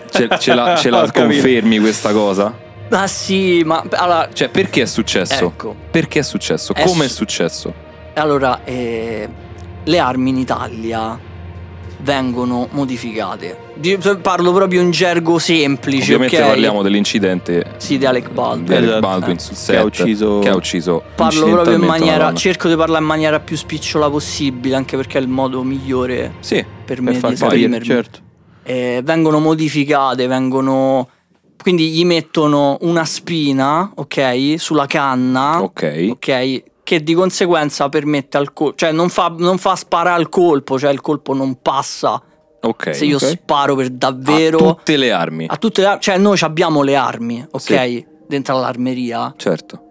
Speaker 2: Ce, ce la, ce
Speaker 3: [LAUGHS]
Speaker 2: la
Speaker 1: Ho capito.
Speaker 2: confermi questa cosa?
Speaker 3: Ah sì, ma allora...
Speaker 2: Cioè, perché è successo?
Speaker 3: Ecco,
Speaker 2: Perché è successo?
Speaker 3: È
Speaker 2: Come è
Speaker 3: su-
Speaker 2: successo?
Speaker 3: allora eh, le armi in Italia vengono modificate. Di- parlo proprio in gergo semplice,
Speaker 2: Ovviamente
Speaker 3: ok?
Speaker 2: parliamo dell'incidente
Speaker 3: Sì, di Alec Baldwin.
Speaker 2: di Alec
Speaker 1: Esatto.
Speaker 2: Baldwin
Speaker 1: Eh.
Speaker 2: sul set
Speaker 1: Che ha ucciso-
Speaker 2: che ha ucciso
Speaker 3: Parlo proprio in
Speaker 2: incidentalmente una
Speaker 3: maniera...
Speaker 2: donna.
Speaker 3: Cerco di parlare in maniera più spicciola possibile, anche perché è il modo migliore
Speaker 2: Sì,
Speaker 3: per
Speaker 1: Per
Speaker 3: me di
Speaker 1: far capire,
Speaker 3: esprimermi.
Speaker 1: certo.
Speaker 3: eh, vengono modificate, vengono. Quindi gli mettono una spina, ok, sulla canna, ok,
Speaker 2: ok.
Speaker 3: che di conseguenza permette al colpo, cioè non fa, non fa sparare al colpo, cioè il colpo non passa
Speaker 2: Ok.
Speaker 3: se io
Speaker 1: ok.
Speaker 3: sparo per
Speaker 2: A
Speaker 3: davvero.
Speaker 2: tutte le armi.
Speaker 3: A tutte le ar- cioè noi abbiamo le armi, ok,
Speaker 2: Sì.
Speaker 3: dentro l'armeria,
Speaker 2: Certo.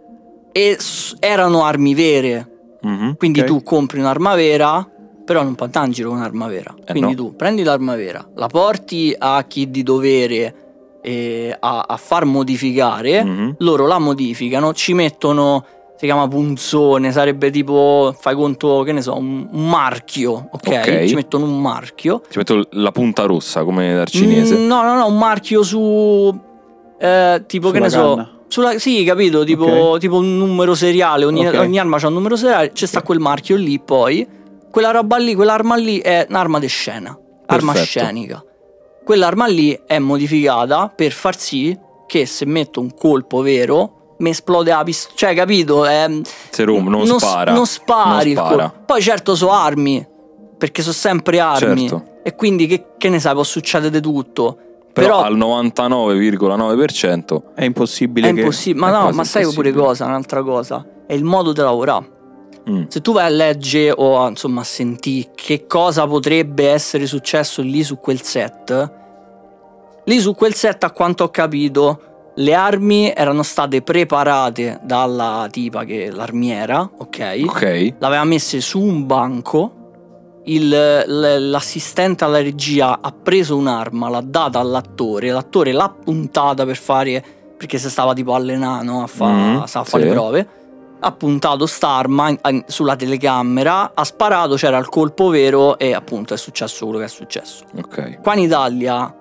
Speaker 3: e s- erano armi vere,
Speaker 2: Mhm.
Speaker 3: quindi
Speaker 1: Ok.
Speaker 3: tu compri un'arma vera, però non puoi andare in giro con un'arma vera.
Speaker 2: Eh,
Speaker 3: Quindi
Speaker 2: no.
Speaker 3: tu prendi l'arma vera, la porti a chi di dovere eh, a, a far modificare,
Speaker 2: Mhm.
Speaker 3: loro la modificano, ci mettono, si chiama punzone, sarebbe tipo, fai conto, che ne so, un, un marchio,
Speaker 2: Ok.
Speaker 3: ok? Ci mettono un marchio.
Speaker 2: Ci metto la punta rossa come dal cinese.
Speaker 3: Mm, no, no, no, un marchio su. eh, tipo, che
Speaker 1: Sulla
Speaker 3: ne
Speaker 1: canna.
Speaker 3: so. Sulla, sì, capito, tipo,
Speaker 1: Ok.
Speaker 3: tipo un numero seriale, ogni,
Speaker 1: Ok.
Speaker 3: ogni arma c'ha un numero seriale, c'è sta quel marchio lì poi, quella roba lì, quell'arma lì è un'arma di scena, arma
Speaker 2: Perfetto.
Speaker 3: scenica. Quell'arma lì è modificata per far sì che se metto un colpo vero mi esplode la pistola, cioè capito? È,
Speaker 2: Se Rom non,
Speaker 3: non s-
Speaker 2: spara.
Speaker 3: non spari il
Speaker 2: Non spara.
Speaker 3: colpo. Poi certo so armi, perché sono sempre armi.
Speaker 2: Certo.
Speaker 3: E quindi che, che ne sai, può succedere di tutto.
Speaker 2: Però,
Speaker 3: Però,
Speaker 2: al 99,9%
Speaker 1: È impossibile
Speaker 3: è
Speaker 1: che...
Speaker 3: impossibile.
Speaker 2: è
Speaker 3: Ma no,
Speaker 2: quasi
Speaker 3: ma sai pure
Speaker 2: impossibile.
Speaker 3: cosa, un'altra cosa. È il modo di lavorare.
Speaker 2: mm,
Speaker 3: Se tu vai a leggere o a, insomma a sentire che cosa potrebbe essere successo lì su quel set, lì su quel set a quanto ho capito le armi erano state preparate dalla tipa che è l'armiera, ok?
Speaker 2: ok.
Speaker 3: l'aveva messa su un banco. il- l- l'assistente alla regia ha preso un'arma, l'ha data all'attore, l'attore l'ha puntata per fare perché si stava tipo allenando a fa,
Speaker 2: Mm,
Speaker 3: sa fare
Speaker 2: sì.
Speaker 3: le prove. Ha puntato st'arma in- in- sulla telecamera, ha sparato, c'era il colpo vero e appunto è successo quello che è successo.
Speaker 2: Ok.
Speaker 3: Qua in Italia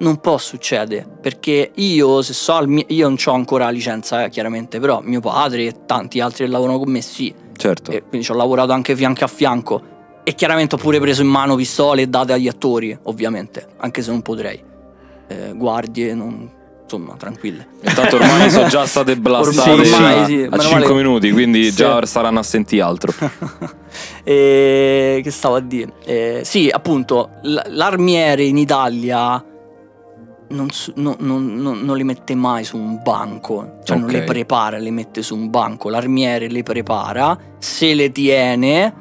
Speaker 3: non può succedere perché io se so al mio- io non ho ancora la licenza eh, chiaramente però mio padre e tanti altri che lavorano con me sì
Speaker 2: Certo.
Speaker 3: e quindi ci ho lavorato anche fianco a fianco e chiaramente ho pure preso in mano pistole date agli attori ovviamente anche se non potrei Eh, guardie non- insomma tranquille
Speaker 2: Intanto ormai sono già
Speaker 3: [LAUGHS]
Speaker 2: state blastate
Speaker 1: Ormai sì,
Speaker 2: a-
Speaker 3: sì,
Speaker 2: a
Speaker 3: meno
Speaker 2: 5
Speaker 3: male.
Speaker 2: minuti, quindi
Speaker 3: Sì.
Speaker 2: già saranno assenti altro.
Speaker 3: Eh, che stavo a dire? Eh, sì, appunto, l- l'armiere in Italia non, su- no- non- non- non le mette mai su un banco, cioè non
Speaker 2: Ok.
Speaker 3: le prepara, le mette su un banco. L'armiere le prepara, se le tiene,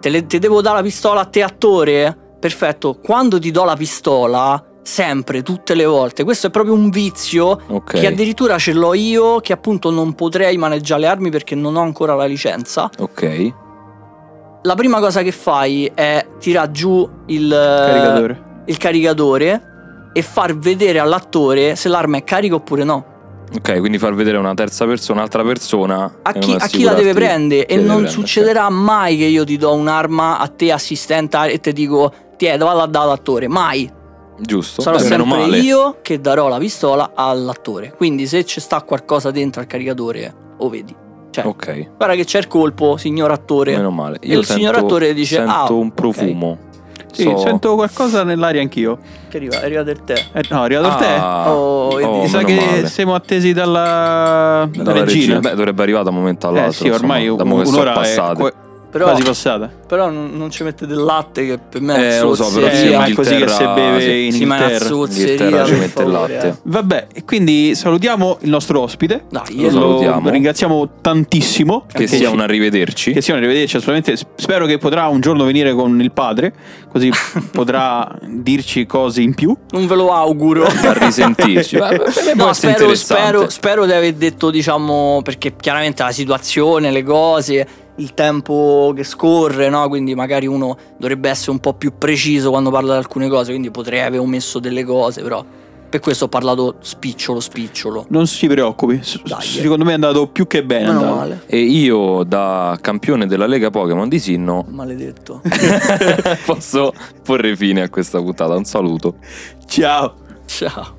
Speaker 3: te le- ti devo dare la pistola a te attore? Perfetto, quando ti do la pistola, sempre, tutte le volte, questo è proprio un vizio
Speaker 2: Ok.
Speaker 3: che addirittura ce l'ho io, che appunto non potrei maneggiare le armi perché non ho ancora la licenza
Speaker 2: Ok.
Speaker 3: la prima cosa che fai è tirare giù il caricatore.
Speaker 1: Caricatore.
Speaker 3: il caricatore e far vedere all'attore se l'arma è carica oppure no.
Speaker 2: Ok, quindi far vedere una terza persona, un'altra persona.
Speaker 3: A
Speaker 2: e
Speaker 3: chi,
Speaker 2: non
Speaker 3: a chi la deve
Speaker 2: assicurarti
Speaker 3: prendere
Speaker 2: chi
Speaker 3: e
Speaker 2: la deve
Speaker 3: non
Speaker 2: prendere, certo.
Speaker 3: succederà mai che io ti do un'arma a te assistente e ti dico ti è valla da all'attore, mai.
Speaker 2: ok. Giusto.
Speaker 3: Sarò
Speaker 2: Beh, meno
Speaker 3: sempre
Speaker 2: male.
Speaker 3: io che darò la pistola all'attore. Quindi se ci sta qualcosa dentro al caricatore, o vedi. Cioè,
Speaker 2: Ok,
Speaker 3: guarda che c'è il colpo, signor attore.
Speaker 2: meno male.
Speaker 3: E
Speaker 2: Io
Speaker 3: il
Speaker 2: sento,
Speaker 3: signor attore dice,
Speaker 2: sento
Speaker 3: "Ah,
Speaker 2: un
Speaker 3: ok."
Speaker 2: profumo.
Speaker 3: Eh,
Speaker 1: Sì,
Speaker 2: So-
Speaker 1: sento qualcosa nell'aria anch'io.
Speaker 3: Che arriva, arriva del tè.
Speaker 1: Eh, no, è arrivato il te.
Speaker 2: Ah,
Speaker 3: Oh, vedi.
Speaker 1: Mi sa
Speaker 2: meno
Speaker 1: che
Speaker 2: male.
Speaker 1: siamo attesi dalla, dalla
Speaker 2: Dalla
Speaker 1: regina.
Speaker 2: Beh, dovrebbe arrivare da un momento all'altro.
Speaker 1: eh sì, ormai
Speaker 2: insomma, da
Speaker 1: un-
Speaker 2: mo che sono
Speaker 1: un'ora è
Speaker 2: passate.
Speaker 1: qua-
Speaker 3: Però-
Speaker 1: quasi passata.
Speaker 3: Però non, non ci mette del latte che per me è
Speaker 2: Eh, lo so, però
Speaker 1: Eh,
Speaker 2: sì,
Speaker 3: zozzeria.
Speaker 1: ma è così che si
Speaker 2: Inghilterra-
Speaker 1: beve
Speaker 2: sì.
Speaker 1: in
Speaker 3: Sì, ma è una
Speaker 1: Inghilterra.
Speaker 3: zozzeria
Speaker 2: L'Inghilterra ci
Speaker 3: per
Speaker 2: mette il
Speaker 3: favore,
Speaker 2: latte.
Speaker 3: eh.
Speaker 1: Vabbè, e quindi salutiamo il nostro ospite.
Speaker 3: Dai,
Speaker 2: Lo
Speaker 1: Lo,
Speaker 3: io
Speaker 2: so.
Speaker 3: lo
Speaker 2: salutiamo.
Speaker 1: ringraziamo tantissimo.
Speaker 2: Che
Speaker 1: Perché
Speaker 2: sia
Speaker 1: ci-
Speaker 2: un arrivederci.
Speaker 1: Che sia un arrivederci, assolutamente. S- Spero che potrà un giorno venire con il padre, così potrà dirci cose in più.
Speaker 3: non ve
Speaker 2: [LAUGHS]
Speaker 3: lo auguro.
Speaker 2: a
Speaker 3: [LAUGHS]
Speaker 2: risentirci. Beh, beh, beh, può
Speaker 3: No,
Speaker 2: essere
Speaker 3: spero,
Speaker 2: interessante.
Speaker 3: spero, spero di aver detto, diciamo, perché chiaramente la situazione, le cose, il tempo che scorre, no? Quindi magari uno dovrebbe essere un po' più preciso quando parla di alcune cose, quindi potrei aver omesso delle cose, però per questo ho parlato spicciolo spicciolo.
Speaker 1: Non si preoccupi, s-
Speaker 3: Dai,
Speaker 1: s-
Speaker 3: eh.
Speaker 1: secondo me è andato più che bene.
Speaker 3: Meno
Speaker 1: andato.
Speaker 3: male,
Speaker 2: E io, da campione della Lega Pokémon di Sinno, [LAUGHS]
Speaker 3: maledetto.
Speaker 2: posso porre fine a questa puntata. Un saluto.
Speaker 1: Ciao.
Speaker 3: Ciao.